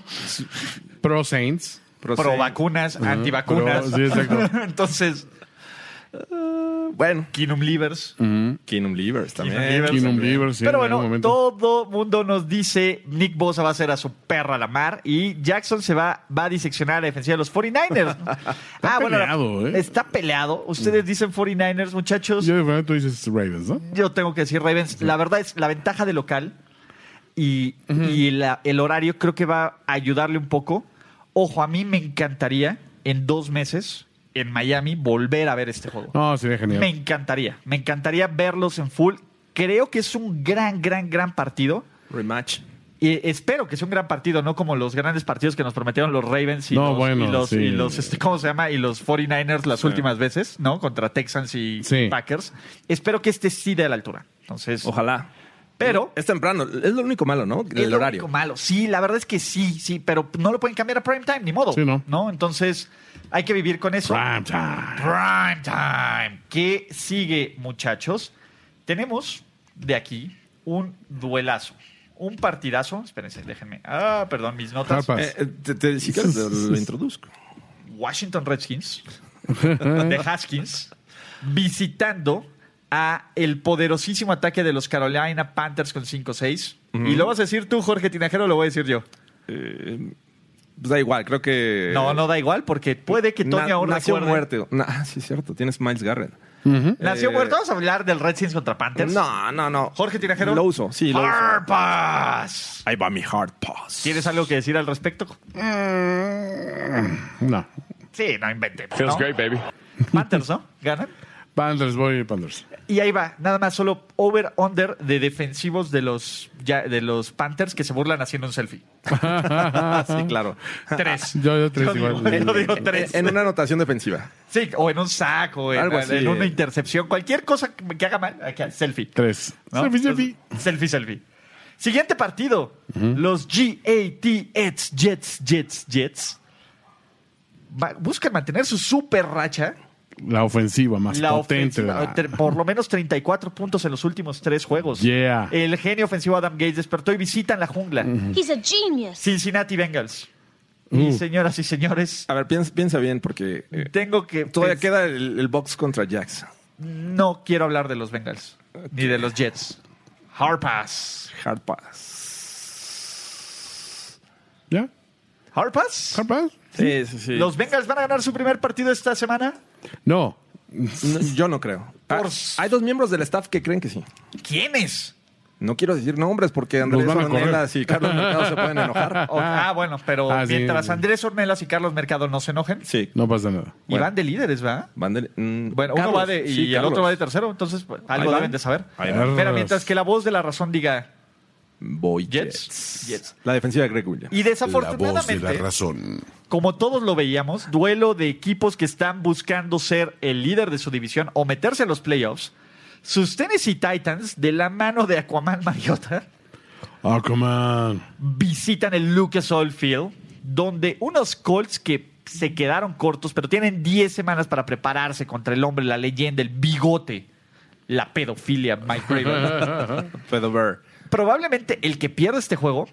Pro Saints. pro vacunas, antivacunas. Pro- sí, exacto. Entonces, Bueno, Kinum Livers. Kingdom Leavers también. Leavers. Kingdom Leavers, Mm, Eh, sí, Pero en algún bueno, momento. todo mundo nos dice Nick Bosa va a ser a su perra la mar y Jackson se va, va a diseccionar a la defensiva de los 49ers. ah, peleado, ¿eh? Mm. Está peleado. Ustedes dicen 49ers, muchachos. Yo de verdad tú dices Ravens, ¿no? yo tengo que decir Ravens. La verdad es la ventaja de local y, y la- el horario creo que va a ayudarle un poco. Ojo, a mí me encantaría en dos meses en Miami volver a ver este juego. No, sería genial. Me encantaría. Me encantaría verlos en full. Creo que es un gran, gran, gran partido. Rematch. Y espero que sea un gran partido, no como los grandes partidos que nos prometieron los Ravens y No, los, bueno, y los, sí. y los, este, ¿cómo se llama? Y los 49ers las últimas veces, ¿no? Contra Texans y Sí. Packers. Espero que este sí dé a la altura. Entonces, Ojalá. pero Es temprano. Es lo único malo, ¿no? El es lo horario. único malo. Sí, la verdad es que sí, sí, pero no lo pueden cambiar a prime time, ni modo. Sí, no. Entonces, hay que vivir con eso. Prime time. Prime time. ¿Qué sigue, muchachos? Tenemos de aquí un duelazo. Un partidazo. Espérense, déjenme. Ah, perdón, mis notas. Harpas. Eh, eh, te, te- si quieres, lo, lo introduzco. Washington Redskins de Haskins visitando a el poderosísimo ataque de los Carolina Panthers con 5-6. Y lo vas a decir tú, Jorge Tinajero, o lo voy a decir yo. Pues da igual, creo que. No, no da igual, porque puede que Tony Na- ahora nació recuerde- muerto. Na- ah, sí, es cierto. Tienes Miles Garrett. Nació Eh, muerto. Vamos a hablar del Redskins contra Panthers. No, no, no. Jorge Tinajero. Lo uso, sí, lo uso. Harpas. Ahí va mi hard pass. Ah, ¿Tienes algo que decir al respecto? eh, No. Sí, no invente. pues, ¿no? Feels great, baby. Panthers, ¿no? Ganan. Panthers, voy Panthers. Y ahí va, nada más solo over-under de defensivos de los, ya- de los Panthers que se burlan haciendo un selfie. Ah, sí, claro. Tres. ah, Yo, yo tres digo- igual. yo digo Eh, tres. En una anotación defensiva. Sí, o en un saco, en, Algo así, en una eh. intercepción, cualquier cosa que que haga mal, acá, selfie. Tres. ¿no? Selfie, selfie. Entonces, selfie, selfie. Siguiente partido. Los GATs, Jets, Jets, Jets. va- buscan mantener su super racha. La ofensiva más la potente. ofensiva, ¿verdad? tre- por lo menos 34 puntos en los últimos tres juegos. Yeah. El genio ofensivo Adam Gates despertó y visitan la jungla. Mm-hmm. He's a genius. Cincinnati Bengals. Y señoras y señores, A ver, piensa, piensa bien, porque eh, tengo que. todavía pens- queda el, el box contra Jax. No quiero hablar de los Bengals ni de los Jets. Hard pass. Hard pass. ¿Ya? Hard pass. ¿Harpas? Sí, sí, sí. Los Bengals van a ganar su primer partido esta semana. No. No, yo no creo. Ah, Por- Hay dos miembros del staff que creen que sí. ¿Quiénes? No quiero decir nombres porque Andrés van a correr. Ornelas y Carlos Mercado se pueden enojar. O- ah, bueno, pero Ah, sí. mientras Andrés Ornelas y Carlos Mercado no se enojen, Sí. No pasa nada. y van de líderes, ¿va? Van de- mm, Bueno, Carlos, uno va de y sí, el Carlos. otro va de tercero, entonces pues, Ahí algo van. deben de saber. Ahí van. Pero mientras que la voz de la razón diga Voy Jets. Jets. Jets. La defensiva de Greg Williams. La y voz de la desafortunadamente, razón. como todos lo veíamos, duelo de equipos que están buscando ser el líder de su división o meterse en los playoffs. Sus Tennessee Titans, de la mano de Aquaman Mariota, Oh, come on. visitan el Lucas Oil Field, donde unos Colts que se quedaron cortos, pero tienen 10 semanas para prepararse contra el hombre, la leyenda, el bigote, la pedofilia, Mike Bravel. Pedro Bear. Probablemente el que pierda este juego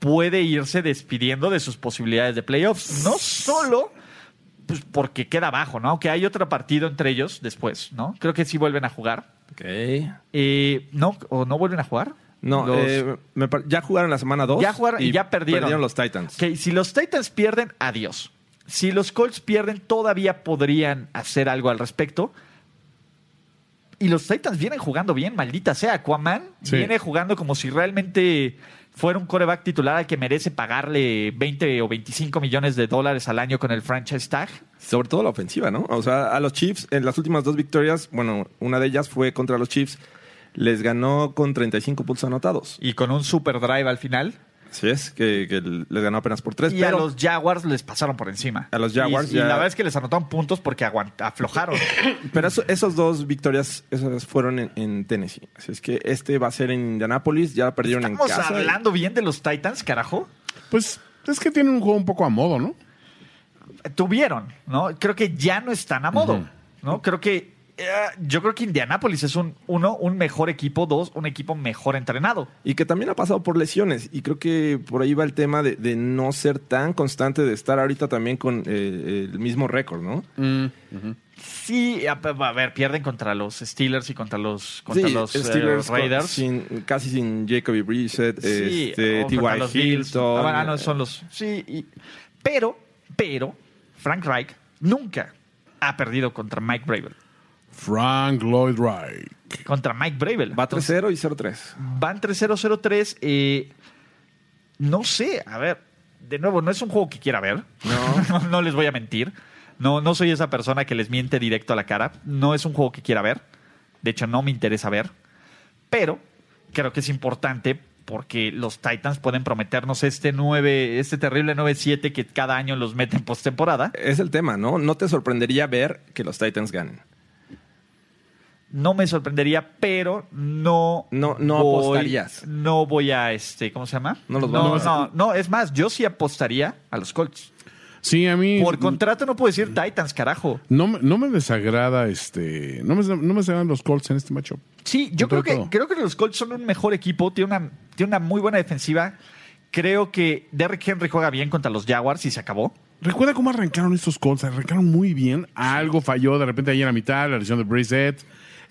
puede irse despidiendo de sus posibilidades de playoffs. No solo pues, porque queda abajo, ¿no? Aunque hay otro partido entre ellos después, ¿no? Creo que sí vuelven a jugar. Ok. Eh, ¿No? ¿O no vuelven a jugar? No, Los- eh, me par- ya jugaron la semana 2. Ya jugaron y ya perdieron. los Titans. Ok, si los Titans pierden, adiós. Si los Colts pierden, todavía podrían hacer algo al respecto. Y los Titans vienen jugando bien, maldita sea. Aquaman Sí. viene jugando como si realmente fuera un coreback titular al que merece pagarle 20 o 25 millones de dólares al año con el franchise tag. Sobre todo la ofensiva, ¿no? O sea, a los Chiefs, en las últimas dos victorias, bueno, una de ellas fue contra los Chiefs, les ganó con 35 puntos anotados. Y con un super drive al final. Así es, que, que les ganó apenas por tres. Y a pero los Jaguars les pasaron por encima. A los Jaguars Y, y ya- la verdad es que les anotaron puntos porque aguant- aflojaron. pero eso- esas dos victorias esas fueron en, en Tennessee. Así es que este va a ser en Indianápolis, ya perdieron en Estamos casa. hablando bien de los Titans, carajo. Pues es que tienen un juego un poco a modo, ¿no? tuvieron, ¿no? Creo que ya no están a modo, ¿no? Creo que eh, yo creo que Indianápolis es un uno, un mejor equipo, dos, un equipo mejor entrenado. Y que también ha pasado por lesiones. Y creo que por ahí va el tema de, de no ser tan constante, de estar ahorita también con eh, el mismo récord, ¿no? Sí, a, a ver, pierden contra los Steelers y contra los contra Sí, los eh, Steelers con- Raiders. sin- casi sin Jacoby Brissett, Sí, este, o T.Y. contra los Bills. Hilton. Ah, bueno, ah, no, son los. Sí, y- pero, pero, Frank Reich nunca ha perdido contra Mike Bravel. Frank Lloyd Wright. Contra Mike Bravel. Va 3-0 y 0-3. van 3-0-0-3. eh, no sé, a ver, de nuevo, no es un juego que quiera ver. No. no, les voy a mentir. No, no soy esa persona que les miente directo a la cara. No es un juego que quiera ver. De hecho, no me interesa ver. Pero creo que es importante porque los Titans pueden prometernos este 9, este terrible 9-7 que cada año los mete en postemporada. Es el tema, ¿no? No te sorprendería ver que los Titans ganen. No me sorprendería, pero no. No- no apostarías. No voy a este. ¿Cómo se llama? No los no, vas a- no, no, es más, yo sí apostaría a los Colts. Sí, a mí. Por contrato no puedo decir Titans, carajo. No, me- no me desagrada este. No me, no me desagradan los Colts en este matchup. Sí, yo creo Contra que, todo. creo que los Colts son un mejor equipo, tiene una, tiene una muy buena defensiva. Creo que Derrick Henry juega bien contra los Jaguars y se acabó. Recuerda cómo arrancaron estos Colts. Arrancaron muy bien. Algo falló de repente ahí en la mitad. La lesión de Brissett.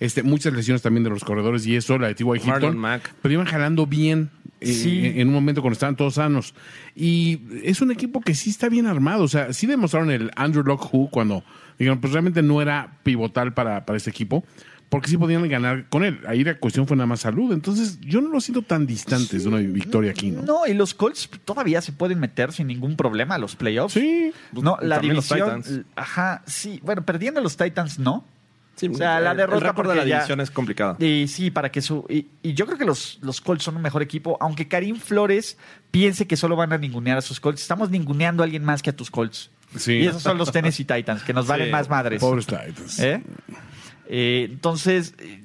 Este, muchas lesiones también de los corredores y eso, la de T.Y. Marlon Hilton. Mack. Pero iban jalando bien eh, Sí. en- en un momento cuando estaban todos sanos. Y es un equipo que sí está bien armado. O sea, sí demostraron el Andrew Locke Who cuando dijeron, pues realmente no era pivotal para, para este equipo. Porque sí podían ganar con él. Ahí la cuestión fue nada más salud. Entonces, yo no lo siento tan distantes de una victoria aquí, ¿no? No, y los Colts todavía se pueden meter sin ningún problema a los playoffs. Sí. No, Pues, Y la también los división. Titans. Ajá, sí. Bueno, perdiendo a los Titans, no. Sí, O sea, la el- derrota El récord de porque la ya- división es complicada. Y sí, para que su. Y, y yo creo que los, los Colts son un mejor equipo, aunque Karim Flores piense que solo van a ningunear a sus Colts. Estamos ninguneando a alguien más que a tus Colts. Sí. Y esos son los Tennessee Titans, que nos valen más madres. Pobres Titans. ¿Eh? Eh, entonces, eh,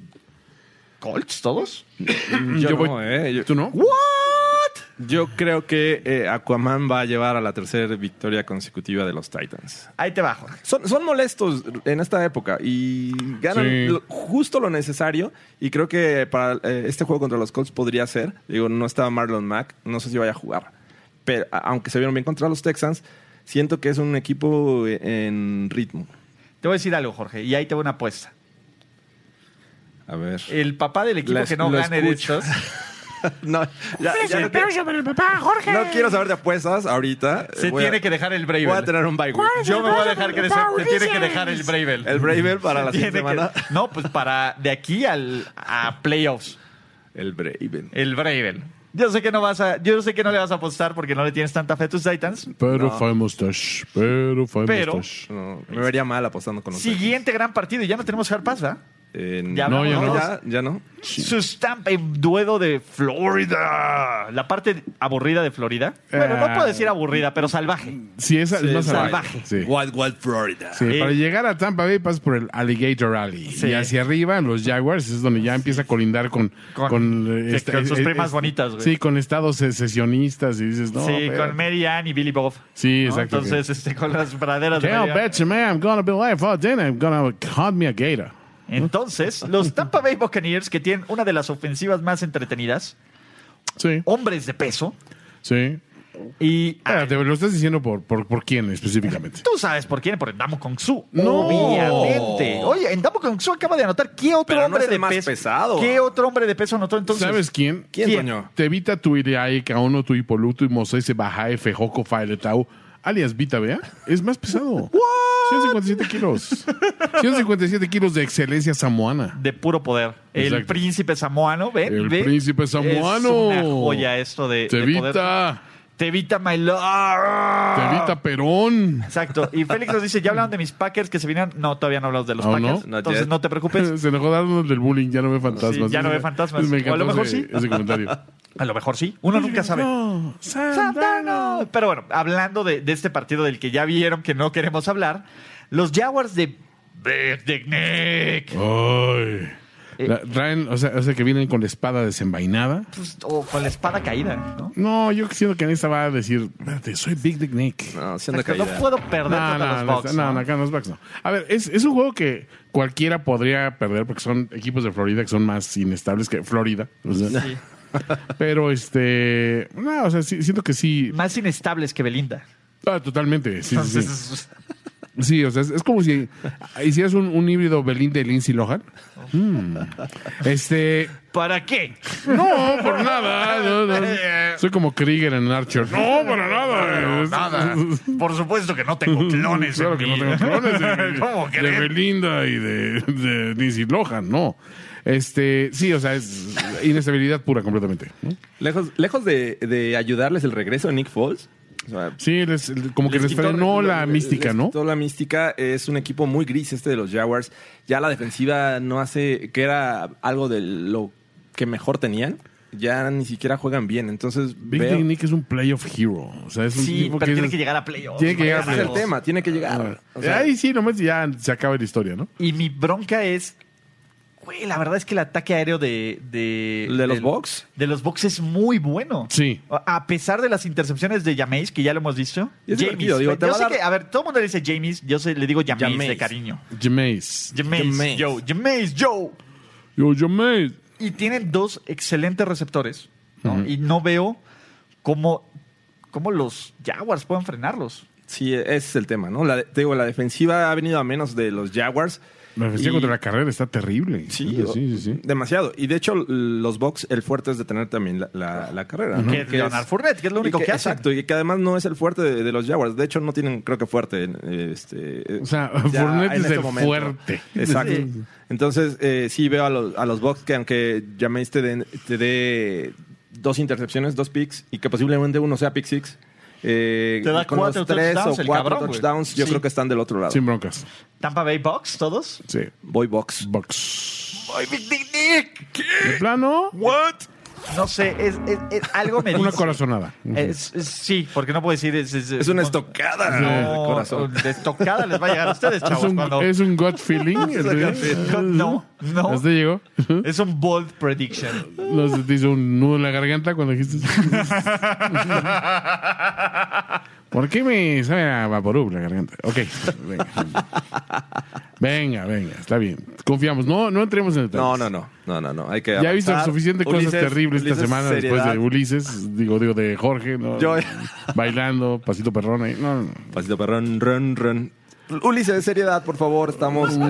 ¿Colts todos? Yo, Mm, yo no, voy- ¿eh? Yo- ¿Tú no? ¿What? Yo creo que eh, Aquaman va a llevar a la tercera victoria consecutiva de los Titans. Ahí te bajo. Son, son molestos en esta época y ganan Sí. lo- justo lo necesario. Y creo que para eh, este juego contra los Colts podría ser. Digo, no está Marlon Mack, no sé si vaya a jugar. Pero a- aunque se vieron bien contra los Texans, siento que es un equipo eh, en ritmo. Te voy a decir algo, Jorge, y ahí te voy una apuesta. A ver. El papá del equipo Las- que no lo gane escucho. de estos No, ya- ya no, quiero, no quiero saber de apuestas ahorita. se Voy a- tiene que dejar el Bravel. Voy a tener un bye week. Yo me voy a dejar crecer. Te tiene que dejar el Bravel. El Bravel para la Tiene siguiente semana. que- no, pues para de aquí al a playoffs. El Braven. El Bravel. Yo sé que no vas a, yo sé que no le vas a apostar porque no le tienes tanta fe a tus Titans. Pero fue mustache. Pero fue Pero- mustache. No, me vería mal apostando con los Siguiente gran partido y ya no tenemos hard pass, ¿verdad? Eh, Ya no, hablamos, ya ¿no? no. Ya, ya no. Su estampa en duedo de Florida. La parte aburrida de Florida. Bueno, no puedo decir aburrida, pero salvaje. Sí, esa es más salvaje. Sí. Wild Wild Florida. Sí, Eh. para llegar a Tampa Bay pasas por el Alligator Alley. Sí. Y hacia arriba, los Jaguars, es donde ya empieza a colindar con... Con- eh, sí, esta- con sus eh, primas eh, bonitas, güey. Sí, con estados secesionistas y dices, no, sí, espérate. con Mary Ann y Billy Bob. Sí, ¿no? exacto. Entonces, este, con las praderas de Can't Mary Ann. bet you, man, I'm gonna be alive all day and I'm gonna hunt me a gator. Entonces, los Tampa Bay Buccaneers, que tienen una de las ofensivas más entretenidas, Sí, hombres de peso, sí. y ah, Espérate, lo estás diciendo por, por, por quién específicamente. tú sabes por quién, por Endamo Kong Su. No. Obviamente. Oye, Endamo Kong Su acaba de anotar qué otro Pero no hombre es el de más peso. pesado. ¿Qué otro hombre de peso anotó entonces? ¿Sabes quién? ¿Quién, ¿Quién? Toño? Te evita tu ideae que a uno tu hipoluto y mosaico se baja F, joco, failetau, alias Vita Bea, es más pesado. 157 kilos. 157 kilos de excelencia samoana. De puro poder. El Exacto. príncipe samoano, ve. El ve. príncipe samoano. Es una joya esto de, Te de poder. Ah. evita, Te evita, my love. te evita Perón. Exacto. Y Félix nos dice, ¿ya hablaron de mis Packers que se vinieron? No, todavía no hablamos de los ¿Aún no? Packers. Not Entonces yet. no te preocupes. Se enojó darnos del bullying, ya no ve fantasmas. Pues- Sí, ya no ve fantasmas. Me encantó O a lo mejor ese, sí. ese comentario. A lo mejor sí. Uno nunca sabe. No, Santana. Pero bueno, hablando de, de este partido del que ya vieron que no queremos hablar, los Jaguars de Nick Oh. Ay. Eh. La- traen, o sea, o sea, que vienen con la espada desenvainada. o con Pues, la espada caída, ¿no? No, yo siento que en esta va a decir, espérate, soy Big Dick Nick. No, siendo Exacto, no caída. puedo perder No, contra no, los no, Bucks. no, ¿no? no, acá los Bucks no. A ver, es, es un juego que cualquiera podría perder porque son equipos de Florida que son más inestables que Florida. o sea. Sí. Pero este, no, o sea, sí, siento que sí. Más inestables que Belinda. Pues, Ah, totalmente. Sí, sí, sí. Entonces, Sí, o sea, es, es como si hicieras un, un híbrido Belín de Lindsay Lohan. Mm. Este, ¿para qué? no, por nada. no, no. Soy como Krieger en Archer. No, para nada. Nada. Por supuesto que no tengo clones. en Ah. Claro que no mí. tengo clones de, ¿Cómo de crees? Belinda y de, de Lindsay Lohan, no. Este, sí, o sea, es inestabilidad pura completamente. ¿no? Lejos, lejos de, de ayudarles el regreso de Nick Foles. o sea, Sí, les- como que les, quitó- frenó le- la le- mística, les ¿no? quitó la mística. Es un equipo muy gris este de los Jaguars. Ya la defensiva no hace... Que era algo de lo que mejor tenían. Ya ni siquiera juegan bien. Entonces, Big veo- Dick Nick es un playoff hero. O sea, es un Sí, tipo pero que tiene es- que llegar a playoffs. Tiene que llegar a Ese es el playoffs. tema. Tiene que Ah, llegar. O sea, Ahí sí, nomás ya se acaba la historia, ¿no? Y mi bronca es, güey, la verdad es que el ataque aéreo de... De, ¿De los del- Bucks? De los Bucks es muy bueno. Sí. A pesar de las intercepciones de Jameis, que ya lo hemos visto. Y es Jameis. divertido, digo, yo te va a sé dar- que, a ver, todo el mundo le dice Jameis, yo sé- le digo Jameis, Jameis. de cariño. Jameis. Jameis, Jameis. yo, Jameis, yo. Yo, Jameis. Y tienen dos excelentes receptores. ¿no? Y no veo cómo, cómo los Jaguars pueden frenarlos. Sí, ese es el tema, ¿no? La, de- te digo, la defensiva ha venido a menos de los Jaguars. La defensiva Y- contra la carrera está terrible. Sí, sí, sí. sí. demasiado. Y de hecho, l- los Bucks, el fuerte es detener también la, la- la carrera. ¿no? Que es Leonard Fournette, que es lo y único que, hacen. Exacto, y que además no es el fuerte de, de los Jaguars. De hecho, no tienen, creo que fuerte. eh, Este, eh, O sea, ya Fournette en es este el fuerte. Exacto. Sí. Entonces, eh, sí veo a los, a los Bucks que aunque llaméis te den- te dé dos intercepciones, dos picks, y que posiblemente uno sea pick six. eh, Te da con cuatro los tres touchdowns, o el cuatro cabrón, güey. touchdowns, yo Sí. creo que están del otro lado. Sin broncas. Tampa Bay Bucks, todos. Sí. Voy Bucks. Bucks. Ay, Big Dick Nick. ¿De plano? What? No sé, es, es- es- algo me Una dice. corazonada. Es- es- sí, porque no puedo decir. Es, Es una no- estocada. No, de corazón. de estocada les va a llegar a ustedes, Es chavos. un, cuando- es un gut feeling. No, no. ¿Hasta llegó? Es un bold prediction. No se te hizo un nudo en la garganta cuando dijiste. ¿Por qué me sabe a Vaporub la garganta? Ok, venga. Venga, venga, está bien. Confiamos. No, no entremos en detalles. No, no, no, no, no, no. Hay que Ya he visto avanzar. suficiente cosas Ulises, terribles esta Ulises, semana después seriedad. de Ulises, digo, digo, de Jorge, ¿no? Yo- eh, bailando, pasito perrón ahí. No, no, no. Pasito perrón, run, run. Ulises, seriedad, por favor. Estamos. la,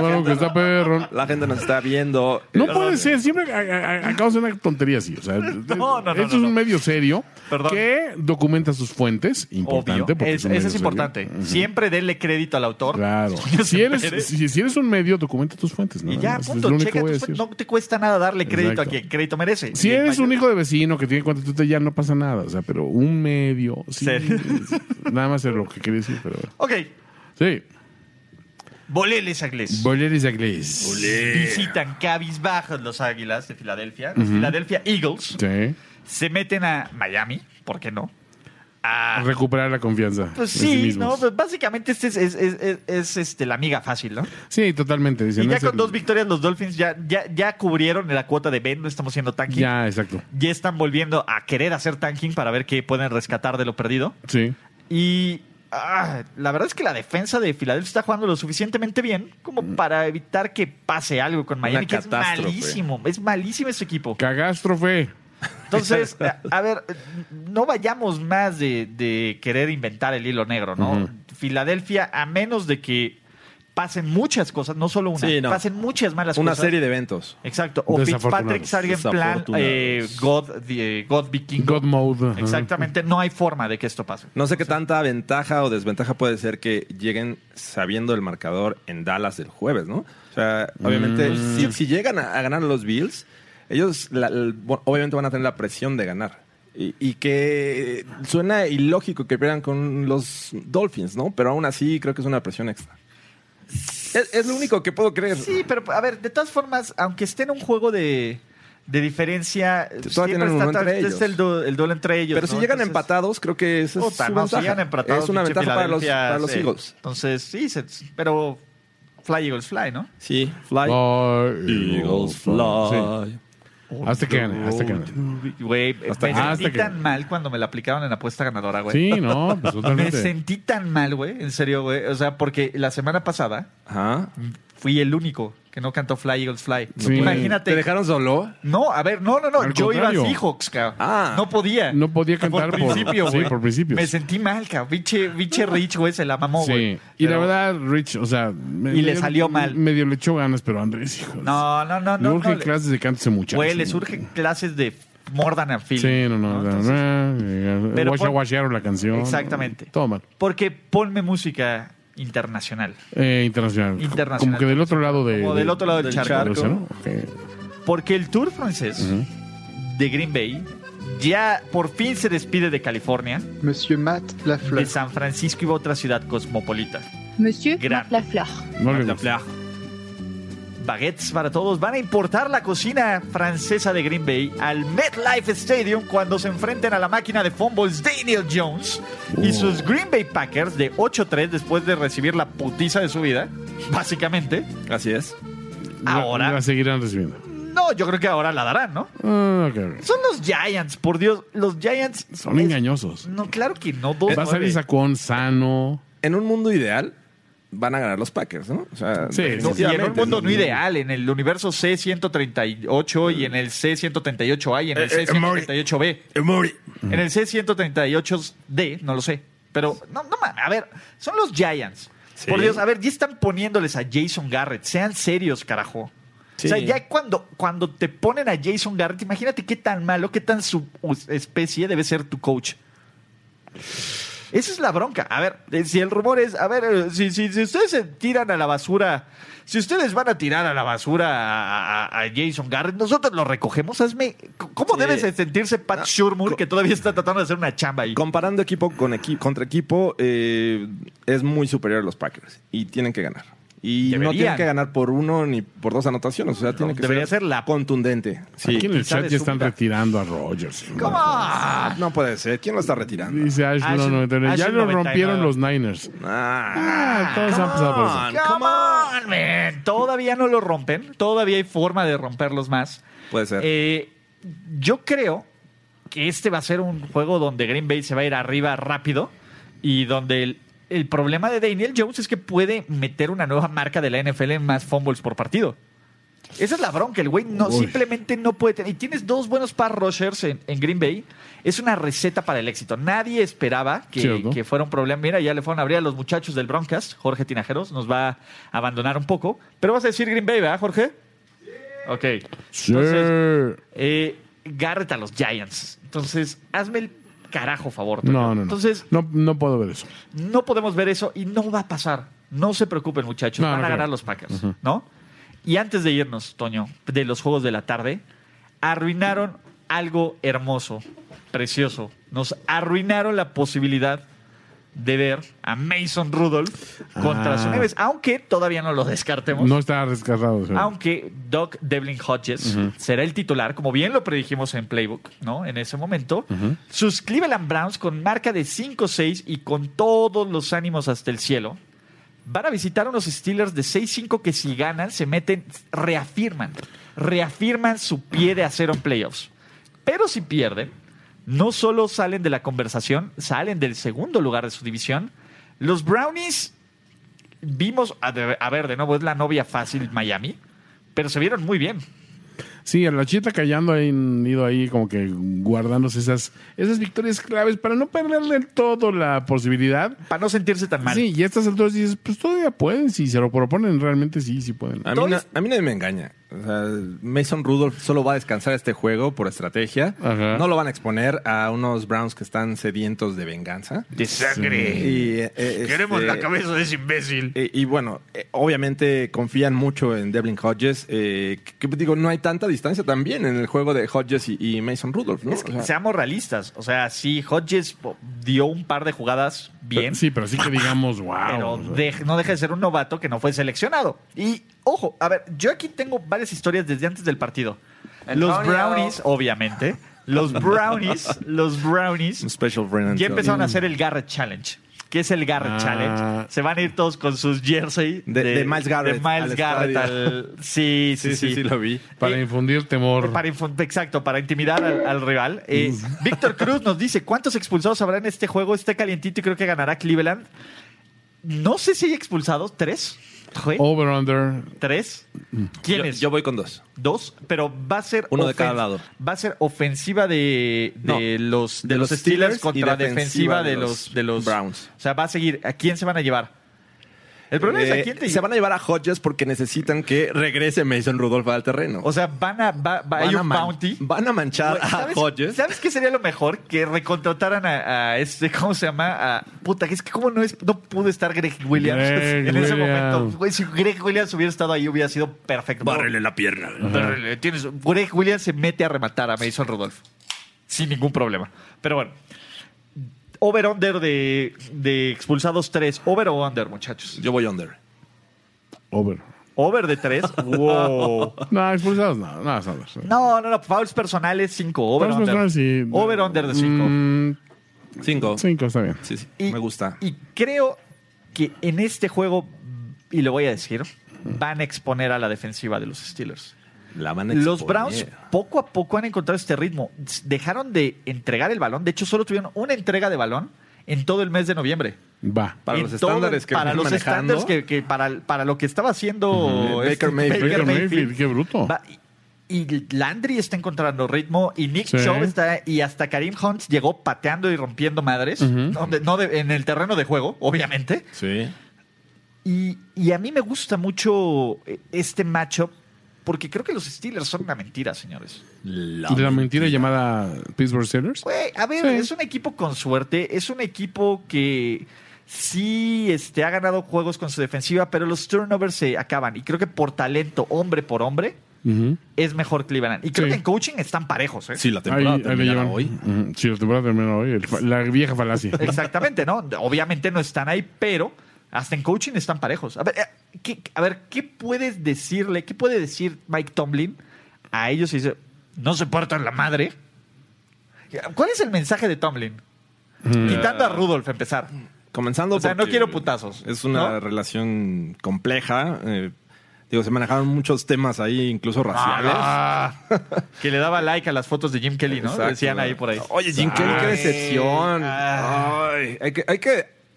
Claro que gente, está perrón. la gente nos está viendo. Uh. No Eh, puede ser, siempre a- a- a- acabas de una tontería así. O sea, no, no, esto es no, un no. medio serio Perdón. que documenta sus fuentes. Importante. Obvio. porque Es- un eso medio es serio. importante. Siempre denle crédito al autor. Claro. Si Ya se eres, merece. si, si eres un medio, documenta tus fuentes. ¿no? Este Y ya, Es punto. lo único Checa que voy a tus- decir. no te cuesta nada darle crédito Exacto. a quien crédito merece. Si Y en eres un mayor- hijo de vecino que tiene cuenta tuya, ya no pasa nada. O sea, pero un medio. Sí, Serio. es- nada más es lo que quería decir, pero bueno. Ok. Sí. Boleles Aglés. Boleros Aglés. Visitan cabizbajos los Águilas de Filadelfia. Los Philadelphia Eagles. Sí. Se meten a Miami. ¿Por qué no? A Recuperar la confianza. Ah. Pues en sí, mismos. ¿no? Pues básicamente este es, es- es- es- es, este, la amiga fácil, ¿no? Sí, totalmente. dicen, y no ya es con el- dos victorias los Dolphins ya, ya, ya cubrieron la cuota de Ben, no estamos siendo tanking. Ya. Ya, exacto. están volviendo a querer hacer tanking para ver qué pueden rescatar de lo perdido. Sí. Y ah, la verdad es que la defensa de Filadelfia está jugando lo suficientemente bien como para evitar que pase algo con Miami, que es catástrofe. malísimo. Es malísimo ese equipo. Cagástrofe. Entonces, a- a ver, no vayamos más de, de querer inventar el hilo negro, ¿no? Filadelfia, a menos de que pasen muchas cosas, no solo una, Sí, no. pasen muchas malas Una cosas. serie de eventos. Exacto. O Desafortunados. Fitzpatrick salga en plan Desafortunados. eh, God, eh, God Vikingo. God mode. ajá. Exactamente. No hay forma de que esto pase. No sé qué tanta ventaja o desventaja puede ser que lleguen sabiendo el marcador en Dallas el jueves, ¿no? O sea, obviamente, Mm. si, si llegan a, a ganar los Bills, ellos la- el- bueno, obviamente van a tener la presión de ganar. Y, y que suena ilógico que pierdan con los Dolphins, ¿no? Pero aún así creo que es una presión extra. Es, es lo único que puedo creer. Sí, pero a ver, de todas formas, aunque esté en un juego de, de diferencia, tienen uno entre es ellos. el, du- el duelo entre ellos. Pero si ¿no? llegan Entonces- empatados, creo que esa es, Puta, su no, si ventaja. llegan empatados, es una pinche ventaja para los, Filadelfia, para los sí. Eagles. Entonces, sí, se- pero Fly Eagles Fly, ¿no? Sí, fly. Fly, Eagles fly. Sí. Hasta que gane, hasta que gane. Güey, me Hasta- hasta sentí que- tan mal cuando me la aplicaron en apuesta ganadora, güey. Sí, no, pues Me totalmente. sentí tan mal, güey, en serio, güey. O sea, porque la semana pasada Ajá. fui el único que no cantó Fly Eagles Fly. Sí. Imagínate. ¿Te dejaron solo? No, a ver, no, no, no. Al Yo contrario. iba a Seahawks, cabrón. Ah. no podía. No podía cantar por- sí, güey. por principios. Me sentí mal, cabrón. Biche, biche Rich, güey, se la mamó, Sí. güey. Y la Pero- verdad, Rich, o sea. Y le salió mal. Medio le echó ganas, pero Andrés, hijo. No, no, no, Le no. urge no, le- clases de canto a ese muchacho. Güey, les surgen clases de more than a feeling. Sí, no, no. no, Entonces, no, Pero guasha- pon- guashearon la canción. Exactamente. Todo mal. Porque ponme música internacional. Eh, internacional. Internacional. Como que del otro lado de. Como del otro lado del, del charco. charco. ¿no? Ok. Porque el tour francés de Green Bay ya por fin se despide de California, Monsieur Matt Lafleur. de San Francisco y va a otra ciudad cosmopolita. Monsieur Gran. la fleur. No le gusta. Baguettes para todos. Van a importar la cocina francesa de Green Bay al MetLife Stadium cuando se enfrenten a la máquina de fumbles Daniel Jones Oh. y sus Green Bay Packers de 8-3 después de recibir la putiza de su vida, básicamente. Así es. La- Ahora. La seguirán recibiendo. No, yo creo que ahora la darán, ¿no? Ah, ok, ok. Son los Giants, por Dios. Los Giants Son es- engañosos. No, claro que no. Dos, Va a salir nueve. sacón, sano. En un mundo ideal, van a ganar los Packers, ¿no? O sea, Sí, No, y en un definitivamente, mundo no ideal, en el universo C138 y en el C138A y en el Eh, C138B. Emory. En el C138D, no lo sé. Pero, no, no, ma- a ver, son los Giants. Sí. Por Dios, a ver, ya están poniéndoles a Jason Garrett. Sean serios, carajo. Sí. O sea, ya cuando, cuando te ponen a Jason Garrett, imagínate qué tan malo, qué tan subespecie debe ser tu coach. Esa es la bronca. A ver, eh, si el rumor es, a ver, eh, si, si, si ustedes se tiran a la basura, si ustedes van a tirar a la basura a, a- a Jason Garrett, nosotros lo recogemos. Hazme, ¿Cómo Sí. debe de sentirse Pat Shurmur, que todavía está tratando de hacer una chamba ahí? Comparando equipo con equi- contra equipo, eh, es muy superior a los Packers y tienen que ganar. Y no Deberían. tienen que ganar por uno ni por dos anotaciones. O sea, tiene que Debería ser la- contundente. Sí. Aquí en el quizá chat de ya están súbita. retirando a Rogers. Come on. No puede ser. ¿Quién lo está retirando? Dice Ashlow Ashlow- 99. Ya Ashlow lo rompieron 99. los Niners. Ah, todos han pasado por eso. come on, Come come on. on, man. Todavía no lo rompen. Todavía hay forma de romperlos más. Puede ser. Eh, yo creo que este va a ser un juego donde Green Bay se va a ir arriba rápido y donde el, el problema de Daniel Jones es que puede meter una nueva marca de la NFL en más fumbles por partido. Esa es la bronca, el güey no, Uy. simplemente no puede tener. Y tienes dos buenos pass rushers en, en Green Bay. Es una receta para el éxito. Nadie esperaba que, Cierto. que fuera un problema. Mira, ya le fueron a abrir a los muchachos del Broncas. Jorge Tinajeros nos va a abandonar un poco. Pero vas a decir Green Bay, ¿verdad, Jorge? Ok. Sí. Entonces, eh, Garrett a los Giants. Entonces, hazme el carajo favor. Toño. No, no, no. Entonces, no, no puedo ver eso. no podemos ver eso y no va a pasar. No se preocupen, muchachos. No, Van no a creo. ganar los Packers, ¿no? Y antes de irnos, Toño, de los juegos de la tarde, arruinaron algo hermoso, precioso. Nos arruinaron la posibilidad de ver a Mason Rudolph contra Ah. su Neves, aunque todavía no lo descartemos. No está descargado. Ah, sí. Aunque Doc Devlin Hodges será el titular, como bien lo predijimos en Playbook, ¿no? En ese momento. Sus Cleveland Browns, con marca de 5-6 y con todos los ánimos hasta el cielo, van a visitar a unos Steelers de 6-5 que si ganan, se meten, reafirman, reafirman su pie de acero en playoffs. Pero si pierden, no solo salen de la conversación, salen del segundo lugar de su división. Los Brownies vimos, a, de- a ver, de nuevo, es la novia fácil Miami, pero se vieron muy bien. Sí, a la chita callando han ido ahí como que guardándose esas, esas victorias claves para no perderle del todo la posibilidad. Para no sentirse tan mal. Sí, y a estas alturas dices, pues todavía pueden, si se lo proponen, realmente sí, sí pueden. A mí, Todos- na- a mí nadie me engaña. O sea, Mason Rudolph solo va a descansar este juego por estrategia. Ajá. No lo van a exponer a unos Browns que están sedientos de venganza. De sangre. Y, eh, eh, Queremos este, la cabeza de ese imbécil. Y, y bueno, eh, obviamente confían mucho en Devlin Hodges. eh, que, que digo, no hay tanta distancia también en el juego de Hodges y, y Mason Rudolph, ¿no? Es que O sea, seamos realistas. O sea, sí, Hodges po- dio un par de jugadas bien, Sí, pero sí que digamos, wow. pero o sea. de- no deja de ser un novato que no fue seleccionado. Y ojo, a ver, yo aquí tengo varias historias desde antes del partido. Los Antonio. Brownies, obviamente. Los Brownies, los Brownies un special friend. Ya until- empezaron a hacer el Garrett Challenge. ¿Qué es el Garrett Ah. Challenge? Se van a ir todos con sus jersey De- de Miles de Garrett Miles al Garrett estadio. al- Sí, sí, Sí, sí, sí, lo vi. para eh, infundir temor. Para infun- exacto, para intimidar al, al rival. Mm. Eh, Víctor Cruz nos dice, ¿cuántos expulsados habrá en este juego? Está calientito y creo que ganará Cleveland. No sé si hay expulsados. ¿Tres? ¿Fue? Oh. Over, under. ¿Tres? Yo, ¿Quiénes? yo voy con dos. Dos, pero va a ser... Uno de cada ofen- lado. Va a ser ofensiva de, de los, de de los Steelers, los Steelers y contra defensiva defensiva de de los, los de los Browns. O sea, va a seguir. ¿A quién se van a llevar? El problema es a Eh, quién te se van a llevar a Hodges porque necesitan que regrese Mason Rudolph al terreno. O sea, van a... Va, va- hay Van a un man- bounty. Van a manchar Güey, a ¿sabes, Hodges. ¿Sabes qué sería lo mejor? Que recontrataran a, a este, ¿cómo se llama? A, puta, es que cómo no, es, no pudo estar Greg Williams Greg en ese Williams. momento. Güey, si Greg Williams hubiera estado ahí, hubiera sido perfecto. Bárrele la pierna. Pero, eh, tienes- Greg Williams se mete a rematar a Mason Rodolfo. Sin ningún problema. Pero bueno. Over-under de, de expulsados 3. Over o under, muchachos. Yo voy under. Over. Over de 3. wow. No, expulsados, no, no, no, no. No, no, no. Fouls personales 5. Over Vamos a mostrar under. si- Over under de 5. Mm, Cinco. Sí, cinco, está bien. sí, Y- me gusta. Y creo que en este juego, y lo voy a decir, van a exponer a la defensiva de los Steelers. La van a Los exponer. Browns poco a poco han encontrado este ritmo. Dejaron de entregar el balón. De hecho, solo tuvieron una entrega de balón en todo el mes de noviembre. Va. Para En los todo- estándares que para venían los manejando. estándares que, que para, para lo que estaba haciendo Ujú. este Baker Mayfield. Baker Mayfield, qué bruto. Va- y- y Landry está encontrando ritmo y Nick Sí. Chubb está y hasta Karim Hunt llegó pateando y rompiendo madres donde- no de- en el terreno de juego obviamente Sí. y, y a mí me gusta mucho eh, este matchup porque creo que los Steelers son una mentira señores Y la mentira llamada Pittsburgh Steelers. Güey, a ver, Sí. es un equipo con suerte, es un equipo que sí este, ha ganado juegos con su defensiva, pero los turnovers se acaban. Y creo que por talento, hombre por hombre, Ujú. es mejor Cleveland. Y creo Sí. que en coaching están parejos, ¿eh? Sí, la Ahí- temporada ahí le terminará llevan. hoy. Ujú. Sí, la temporada terminó hoy. El fa- la vieja falacia. Exactamente, ¿no? Obviamente no están ahí, pero Hasta en coaching están parejos. A ver, eh, ¿qué, a ver, ¿qué puedes decirle? ¿Qué puede decir Mike Tomlin a ellos si dice, no se portan la madre? ¿Cuál es el mensaje de Tomlin? Quitando a Rudolph, a empezar. Comenzando O sea, no porque quiero putazos, Es una ¿no? relación compleja. eh, digo, se manejaron muchos temas ahí, incluso raciales. Ah, Ah. que le daba like a las fotos de Jim Kelly, ¿no? Exacto. Decían ahí por ahí. Oye, Jim, qué, qué decepción. Ah. Ay, hay, que, hay, que,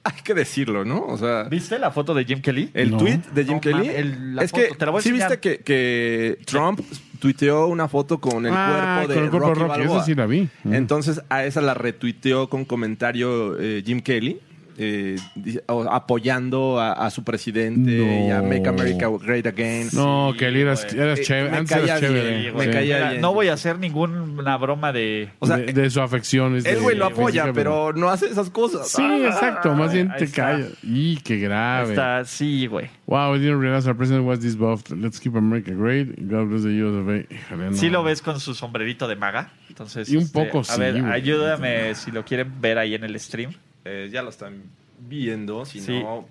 hay que decirlo, ¿no? O sea, ¿Viste la foto de Jim Kelly? el No. tweet de Jim No, Kelly. ma- el- la es foto, que, te la voy a ¿sí enseñar. viste que, que Trump tuiteó una foto con el Ah, cuerpo de con el cuerpo Rocky, de Rocky, Balboa? esa sí la vi. Mm. Entonces, a esa la retuiteó con comentario eh, Jim Kelly. eh, di- o- apoyando a, a su presidente y a No. Make America Great Again. No, que él eras, eras Eh, chévere. me Antes eras caía bien, chévere. Diego, me Sí. caía Mira, bien. no voy a hacer ninguna broma de... O sea, de, de su afección. es el de- güey lo apoya, física, pero no hace esas cosas. Sí, Ah. exacto. Más bien ahí te está. callas. Y qué grave. Esta, sí, güey. Wow, I didn't realize our president was this buffed. Let's keep America great. God bless the US of A. Híjole, no. Sí lo ves con su sombrerito de maga. Entonces, Y un este, poco a sí, ver, güey. ayúdame si lo quieren ver ahí en el stream. Eh, ya lo están viendo, si Sí. no.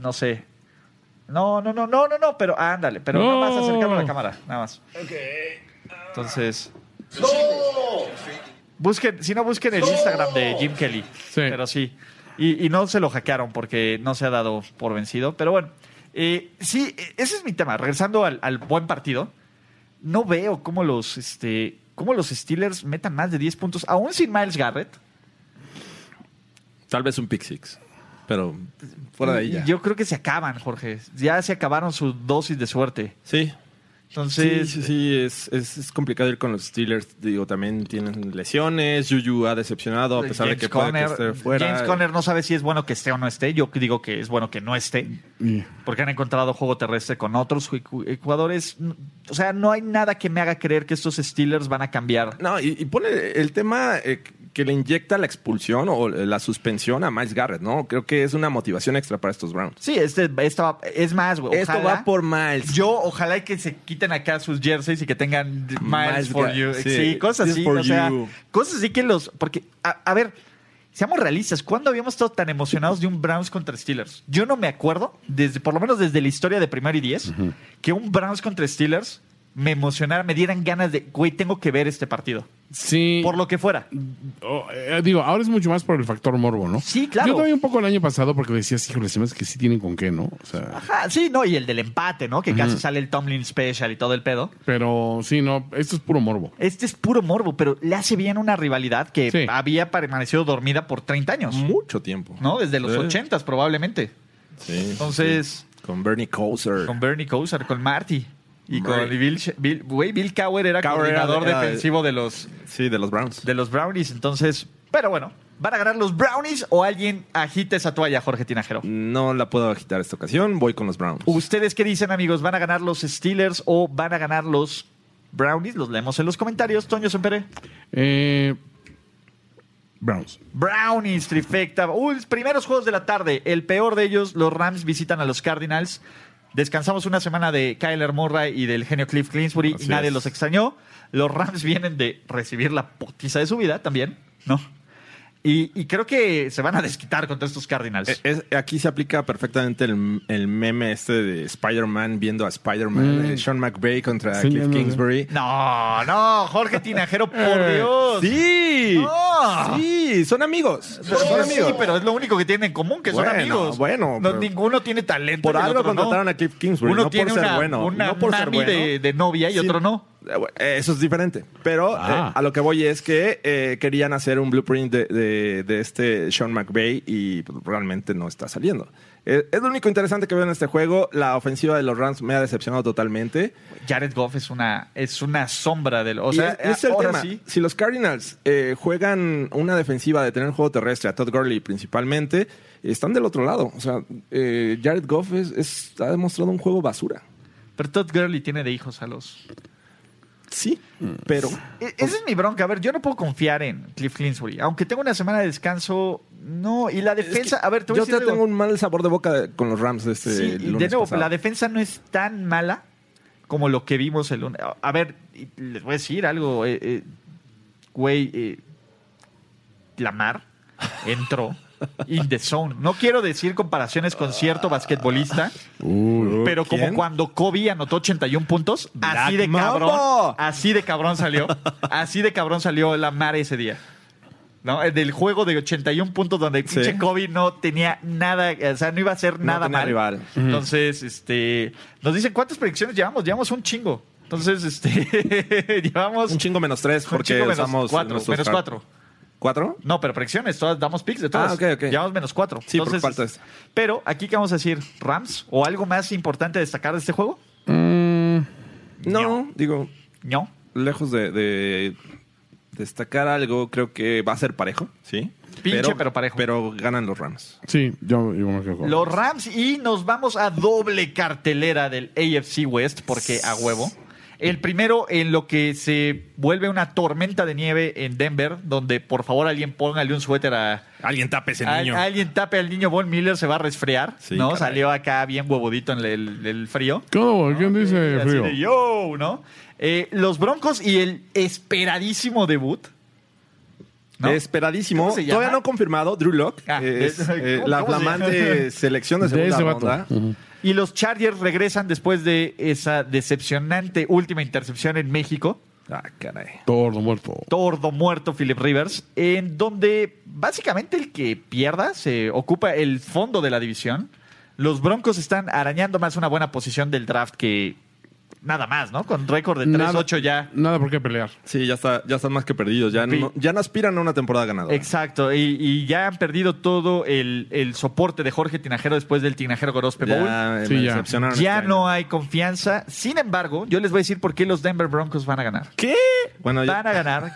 No sé. No, no, no, no, no, no, pero ándale, pero no. No. nada más acercarme a la cámara, nada más. Entonces. Busquen, si no busquen el Instagram de Jim Kelly. Pero sí. Y, y no se lo hackearon porque no se ha dado por vencido. Pero bueno. eh, sí, eh, ese es mi tema. Regresando al, al buen partido. No veo cómo los, este, cómo los Steelers metan más de 10 puntos, aún sin Miles Garrett. Tal vez un pick six. Pero fuera de ahí ya. Yo creo que se acaban, Jorge. Ya se acabaron su dosis de suerte. Sí. Sí, Entonces, sí, sí, es, es, es complicado ir con los Steelers. Digo, también tienen lesiones. Yuyu ha decepcionado, a pesar de que puede que esté fuera. pues, eh. James Conner no sabe si es bueno que esté o no esté. Yo digo que es bueno que no esté, Y- porque han encontrado juego terrestre con otros ju- jugadores. O sea, no hay nada que me haga creer que estos Steelers van a cambiar. No, y, y pone el tema eh, que le inyecta la expulsión o la suspensión a Miles Garrett, ¿no? Creo que es una motivación extra para estos Browns. Sí, este, esta va- es más, güey. Esto ojalá- va por Miles. Yo, ojalá y que se quiten acá sus jerseys y que tengan d- Miles, Miles for Ga- you. Sí, sí, cosas this así. for O sea, you. cosas así que los. Porque, a, a ver, seamos realistas. ¿Cuándo habíamos estado tan emocionados de un Browns contra Steelers? Yo no me acuerdo, desde, por lo menos desde la historia de Primero y Diez, que un Browns contra Steelers me emocionara, me dieran ganas de, güey, tengo que ver este partido. sí. Por lo que fuera. Mm. Oh, eh, digo, ahora es mucho más por el factor morbo, ¿no? Sí, claro. Yo todavía un poco el año pasado porque decías, híjole, se me hace que sí tienen con qué, ¿no? O sea, Ajá, Ah, sí, no, y el del empate, ¿no? Que casi sale el Tomlin Special y todo el pedo. pero sí, no, esto es puro morbo. Este es puro morbo, pero le hace bien una rivalidad que Sí. había permanecido dormida por 30 años, Mucho tiempo. ¿no? Desde los Sí. 80 probablemente. Sí, Entonces, sí. Con Bernie Kosar. con Bernie Kosar, con Marty y Murray. con Bill, Sh- Bill, güey, Bill Cowher era Cowher era- coordinador era- defensivo de los, Sí, de los Browns. de los Brownies, entonces, pero bueno, ¿van a ganar los Brownies o alguien agita esa toalla, Jorge Tinajero? No la puedo agitar esta ocasión. Voy con los Browns. ¿Ustedes qué dicen, amigos? ¿Van a ganar los Steelers o van a ganar los Brownies? Los leemos en los comentarios. Toño Sempere. Eh, Browns. Brownies, trifecta. Uy, primeros juegos de la tarde. El peor de ellos, los Rams visitan a los Cardinals. Descansamos una semana de Kyler Murray y del genio Cliff Clinsbury. Así Nadie es. los extrañó. Los Rams vienen de recibir la potiza de su vida también, ¿no? Y, y creo que se van a desquitar contra estos Cardinals. Eh, es- aquí se aplica perfectamente el, el meme este de Spider-Man viendo a Spider-Man, eh, Sean McVay contra Mm. Sí, ya Cliff no sé. Kingsbury. No, no, Jorge Tinajero, por Dios. Sí, No. sí, son amigos. Ah. Pero, son sí, amigos. pero es lo único que tienen en común, que son Bueno, amigos. bueno, No, pero- ninguno tiene talento. por y el algo otro no. contrataron a Cliff Kingsbury, Uno no tiene por ser una, bueno, una no por ser mami bueno. de, de novia y Sí. otro no. Eh, bueno, eh, Eso es diferente. Pero Ah. eh, a lo que voy es que eh, querían hacer un blueprint de, de- de este Sean McVay y pues, realmente no está saliendo. Eh, es lo único interesante que veo en este juego. La ofensiva de los Rams me ha decepcionado totalmente. Jared Goff es una, es una sombra del. O Y sea, es- es el ahora tema. sí. Si los Cardinals eh, juegan una defensiva de tener juego terrestre, a Todd Gurley principalmente, están del otro lado. O sea, eh, Jared Goff es- es- ha demostrado un juego basura. Pero Todd Gurley tiene de hijos a los. Sí, Mm. pero E- Esa es mi bronca. A ver, yo no puedo confiar en Cliff Clinsbury. Aunque tengo una semana de descanso, no. Y la defensa. a ver, te voy a yo decir te algo. tengo un mal sabor de boca de- con los Rams de este Sí, y lunes de nuevo, pasado. la defensa no es tan mala como lo que vimos el lunes. A ver, y les voy a decir algo, eh, eh, güey. eh, Lamar entró In the zone. No quiero decir comparaciones con cierto basquetbolista, pero como ¿quién? cuando Kobe anotó 81 puntos, así de cabrón, Mamba. así de cabrón salió, así de cabrón salió la mar ese día. ¿No? El Del juego de 81 puntos donde pinche Kobe no tenía nada, o sea, no iba a hacer nada tenía mal. rival. Entonces, este, nos dicen cuántas predicciones llevamos, llevamos un chingo. Entonces, este, llevamos Un chingo menos tres un porque chingo menos usamos cuatro, nuestros menos hard- cuatro. ¿Cuatro? No, pero predicciones, todas damos picks de todas. Ah, ok, ok. Llevamos menos cuatro. Sí, porque falta este. Pero, ¿aquí qué vamos a decir? ¿Rams? ¿O algo más importante a destacar de este juego? No, digo, No. lejos de, de destacar algo, creo que va a ser parejo, ¿sí? Pinche, pero parejo. Pero ganan los Rams. Sí, yo, yo me quedo con- Los Rams y nos vamos a doble cartelera del AFC West, porque a huevo. El primero en lo que se vuelve una tormenta de nieve en Denver, donde por favor alguien póngale un suéter a, Alguien tape ese Al- alguien tape al niño Von Miller, se va a resfriar. Sí, ¿No? caray. Salió acá bien huevudito en el, el- el frío. ¿Qué onda? ¿Quién dice Así frío? de, yo, ¿no? Eh, los Broncos y el esperadísimo debut. ¿no? Esperadísimo, ¿Cómo se llama? todavía no confirmado, Drew Locke, Ah, es es- eh, ¿cómo- la cómo se llama? flamante selección de De segunda ese vato. ronda. Y los Chargers regresan después de esa decepcionante última intercepción en México. Ah, caray. Tordo muerto. Tordo muerto Philip Rivers, en donde básicamente el que pierda se ocupa el fondo de la división. Los Broncos están arañando más una buena posición del draft que nada más, ¿no? Con récord de Nada- 3-8 ya. Nada por qué pelear. Sí, ya, está, ya están más que perdidos, ya Pi- no, ya no aspiran a una temporada ganadora. Exacto, y, y ya han perdido todo el, el soporte de Jorge Tinajero después del Tinajero Gorospe Bowl. Ya, eh, Sí, me ya. decepcionaron Ya este no año. hay confianza. Sin embargo, yo les voy a decir por qué los Denver Broncos van a ganar. ¿Qué? Bueno, ya- van a ganar.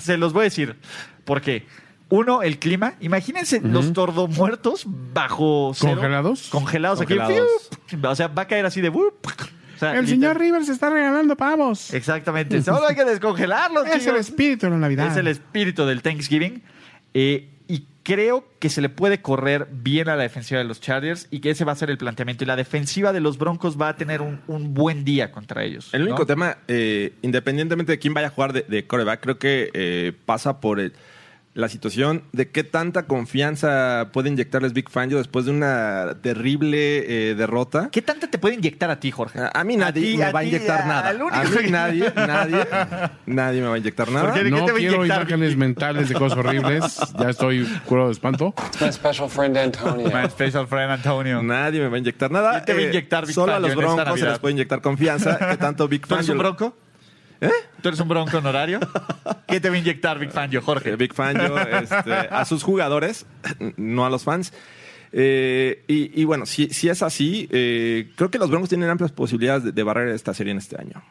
Se los voy a decir. ¿Por qué? Uno, el clima. Imagínense los tordomuertos bajo cero. ¿Congelados? Congelados. aquí. Congelados. Fiu. O sea, va a caer así de... wup. O sea, El Ah, literal- señor Rivers está regalando pavos. Exactamente. Solo hay que descongelarlos, Es el chicos. espíritu de la Navidad. Es el espíritu del Thanksgiving. Eh, y creo que se le puede correr bien a la defensiva de los Chargers y que ese va a ser el planteamiento. Y la defensiva de los Broncos va a tener un, un buen día contra ellos. El único ¿no? tema, eh, independientemente de quién vaya a jugar de, de coreback, creo que eh, pasa por el- la situación de qué tanta confianza puede inyectarles Big Fangio después de una terrible eh, derrota. ¿Qué tanto te puede inyectar a ti, Jorge? A a mí nadie ti, me a va a ti, inyectar a- nada. al único A mí que- nadie, nadie, nadie me va a inyectar nada. ¿Por qué? ¿De no te va a quiero inyectar? imágenes mentales de cosas horribles. Ya estoy curado de espanto. It's my special friend Antonio. My special friend Antonio. Nadie me va a inyectar nada. Eh, Yo te voy a inyectar Big solo a Fangio los en esta broncos se Navidad. les puede inyectar confianza. Que tanto Big ¿Tú eres Fangio. un bronco? ¿Eh? ¿Tú eres un bronco honorario? ¿Qué te va a inyectar Big Fangio, eh, Jorge? Big Fangio, este, a sus jugadores, no a los fans. Eh, y, y bueno, si, si es así, eh, creo que los Broncos tienen amplias posibilidades de, de barrer esta serie en este año.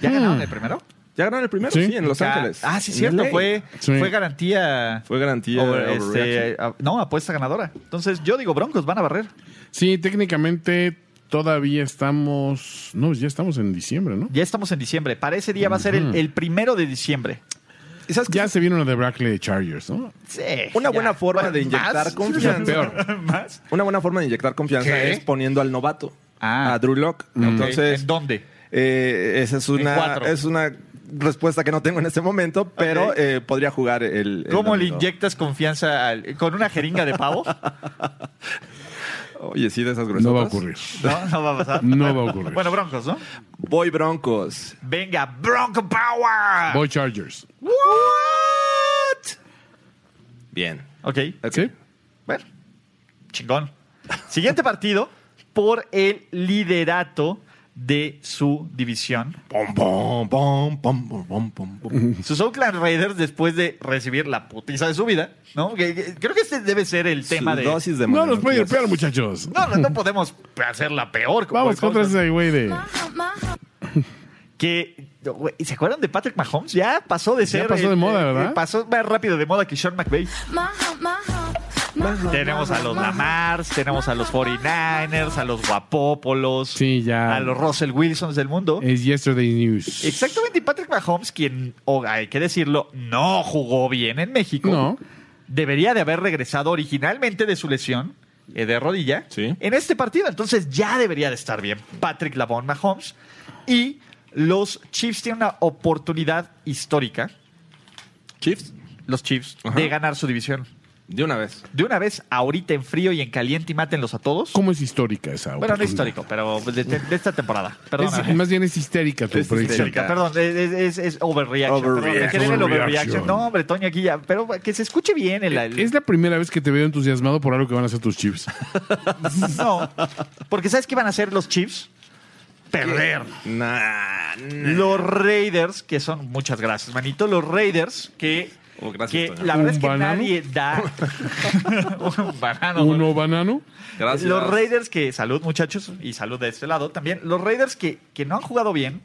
¿Ya ganaron el primero? ¿Ya ganaron el primero? Sí, Sí. en eh, Los Ya- Ángeles. Ah, sí, En cierto. LA. Fue, Sí. fue garantía. Fue garantía Over- de overreaction. este, a- no, apuesta ganadora. Entonces, yo digo, broncos van a barrer. Sí, técnicamente todavía estamos. No, ya estamos en diciembre, ¿no? Ya estamos en diciembre. Para ese día va a ser el, el primero de diciembre. ¿Y sabes qué? Ya se vino lo de Brackley Chargers, ¿no? Sí, Una ya. buena forma Bueno, de inyectar ¿más? confianza. Peor. ¿Más? Una buena forma de inyectar confianza ¿Qué? es poniendo al novato, Ah. a Drew Locke. Entonces, ¿En dónde? eh, esa es una, cuatro. es una respuesta que no tengo en este momento, pero Ok. eh, podría jugar el. el ¿Cómo le domingo. inyectas confianza al- con una jeringa de pavo? Oye, sí, de esas gruesas. No va a ocurrir. No, no va a pasar. No va a ocurrir. Bueno, broncos, ¿no? Voy Broncos. Venga, Bronco Power. Voy Chargers. What? Bien. Ok, Ok. ¿Sí? bueno, chingón. Siguiente partido por el liderato de su división. Pom, pom, pom, pom, pom, pom, pom, pom. Sus Oakland Raiders después de recibir la putiza de su vida, ¿no? Que- que- Creo que este debe ser el tema Su de... dosis de No los monedas. puede ir peor, muchachos. No, no, no podemos hacerla peor. como Vamos contra cosas. ese güey de. Que, güey, ¿se acuerdan de Patrick Mahomes? Ya pasó de ser... pasó de moda, ¿verdad? Pasó más rápido de moda que Sean McVay. Tenemos a los Lamars, tenemos a los 49ers, a los Guapópolos, Sí, ya. Eh, a los Russell Wilsons del mundo. Es Yesterday News. Exactamente, y Patrick Mahomes, quien, o hay que decirlo, no jugó bien en México, No. debería de haber regresado originalmente de su lesión eh, de rodilla Sí. en este partido. Entonces ya debería de estar bien Patrick Lavon Mahomes. Y los Chiefs tienen una oportunidad histórica Chiefs. los Chiefs, Ajá. de ganar su división. De una vez. De una vez, ahorita en frío y en caliente y mátenlos a todos. ¿Cómo es histórica esa? Bueno, no oportunidad? histórico, pero de, de- de esta temporada. Perdón. Es- más bien es histérica tu Es predicción. histérica. Perdón, es, es- es overreaction. Overreaction. Perdón, en general, Overreaction. overreaction. No, hombre, Toño, aquí ya. Pero que se escuche bien el. el- Es la primera vez que te veo entusiasmado por algo que van a hacer tus chips. No. Porque ¿sabes qué van a hacer los Chiefs? Perder. Nah, nah. Los Raiders, que son. Muchas gracias, manito. Los Raiders, que. Oh, gracias, que Toño. la verdad ¿Un es que banano? nadie da. un banano. güey. Uno banano. Gracias. Los Raiders que, salud muchachos, y salud de este lado también, los Raiders que, que no han jugado bien,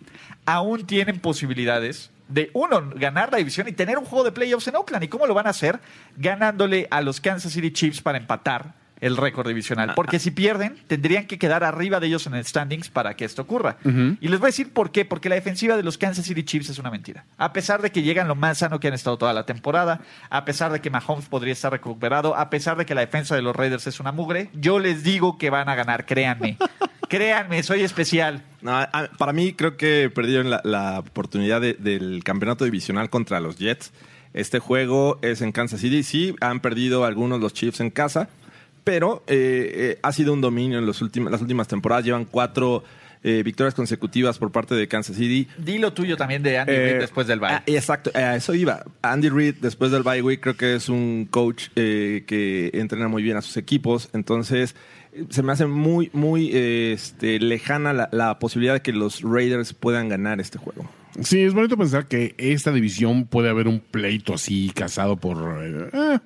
aún tienen posibilidades de, uno, ganar la división y tener un juego de playoffs en Oakland. ¿Y cómo lo van a hacer? Ganándole a los Kansas City Chiefs para empatar el récord divisional. Porque si pierden, tendrían que quedar arriba de ellos en el standings para que esto ocurra. Y les voy a decir por qué. Porque la defensiva de los Kansas City Chiefs es una mentira. A pesar de que llegan lo más sano que han estado toda la temporada, a pesar de que Mahomes podría estar recuperado, a pesar de que la defensa de los Raiders es una mugre, yo les digo que van a ganar, créanme. créanme, soy especial. No, a- para mí creo que perdieron la, la oportunidad de- del campeonato divisional contra los Jets. Este juego es en Kansas City. Sí, han perdido algunos los Chiefs en casa, pero eh, eh, ha sido un dominio en los últim- las últimas temporadas. Llevan cuatro eh, victorias consecutivas por parte de Kansas City. Di lo tuyo también de Andy Eh, Reid después del bye. ah, exacto, a eso iba. Andy Reid, después del bye week, creo que es un coach eh, que entrena muy bien a sus equipos. Entonces, eh, se me hace muy, muy eh, este, lejana la, la posibilidad de que los Raiders puedan ganar este juego. Sí, es bonito pensar que esta división puede haber un pleito así casado por... eh, eh,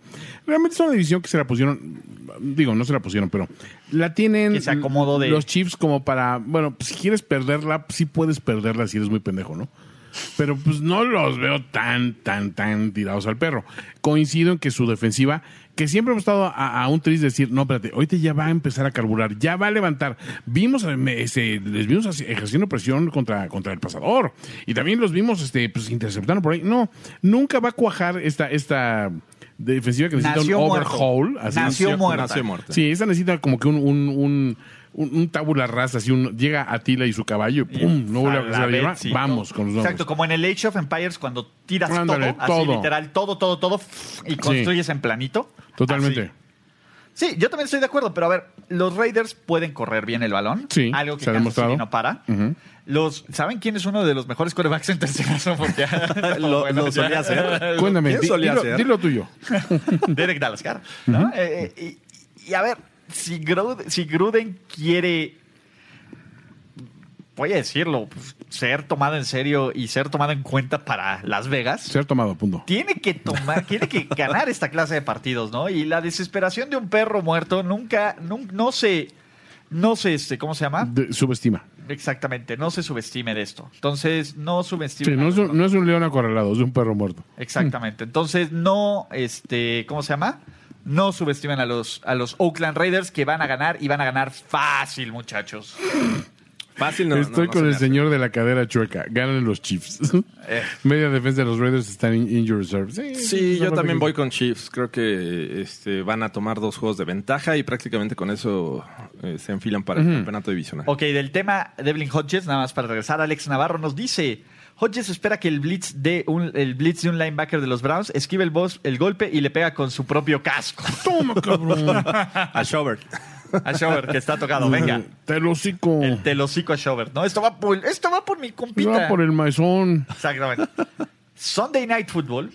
realmente es una división que se la pusieron, digo, no se la pusieron, pero la tienen Que se acomodó de- los chips como para, bueno, pues, si quieres perderla, sí puedes perderla si eres muy pendejo, ¿no? Pero pues no los veo tan, tan, tan tirados al perro. Coincido en que su defensiva, que siempre hemos estado a, a un tris de decir, no, espérate, ahorita ya va a empezar a carburar, ya va a levantar. Vimos, eh, me- este, les vimos así- ejerciendo presión contra, contra el pasador. Y también los vimos, este, pues interceptando por ahí. No, nunca va a cuajar esta, esta defensiva que necesita Nació pues un muerto. overhaul. Nació muerta. Nació muerta. Sí, esa necesita como que un, un, un, un, un tabula rasa, así un, llega Atila y su caballo, y ¡pum! No vuelve a pasar la llama. Alabetcito. Vamos con los nombres. Exacto, como en el Age of Empires, cuando tiras Ándale, todo, así todo. literal, todo, todo, todo, y construyes en planito. Totalmente. Así. Sí, yo también estoy de acuerdo, pero a ver, los Raiders pueden correr bien el balón. Sí, Algo que se ha Kansas City demostrado. no para. Los, ¿Saben quién es uno de los mejores corebacks en tercera zona mundial? Lo- Bueno, lo ya. solía hacer. Cuéntame, Ah, ¿Quién di- solía dilo, ser? dilo tuyo. Derek Dallascar. ¿no? Eh, eh, y, y a ver, si Gruden, si Gruden quiere, voy a decirlo, pues, ser tomado en serio y ser tomado en cuenta para Las Vegas. Ser tomado, punto. Tiene que tomar, tiene que ganar esta clase de partidos, ¿no? Y la desesperación de un perro muerto nunca, nun- no, se, no se, este, ¿cómo se llama? De- subestima. Exactamente, no se subestime de esto. Entonces, no subestime. Sí, no, es un, no es un león acorralado, es un perro muerto. Exactamente. Entonces, no, este, ¿cómo se llama? No subestimen a los, a los Oakland Raiders que van a ganar y van a ganar fácil, muchachos. Fácil, no. no, Estoy no con se me el hace. Eh. señor de la cadera chueca. Ganan los Chiefs. Media defensa de los Raiders están in injury reserve. Sí, Sí, es una yo parte también que- voy con Chiefs. Creo que este, van a tomar dos juegos de ventaja y prácticamente con eso eh, se enfilan para el campeonato divisional. Ok, del tema Devlin Hodges, nada más para regresar, Alex Navarro nos dice. Hodges espera que el blitz de un, el blitz de un linebacker de los Browns esquive el, boss, el golpe y le pega con su propio casco. Toma, cabrón. A Schobert. A Schobert, que está tocado, venga. Te lo hocico. El telocico a Schobert, ¿no? Esto va por, esto va por mi compita. Va por el maizón. Exactamente. Sunday Night Football.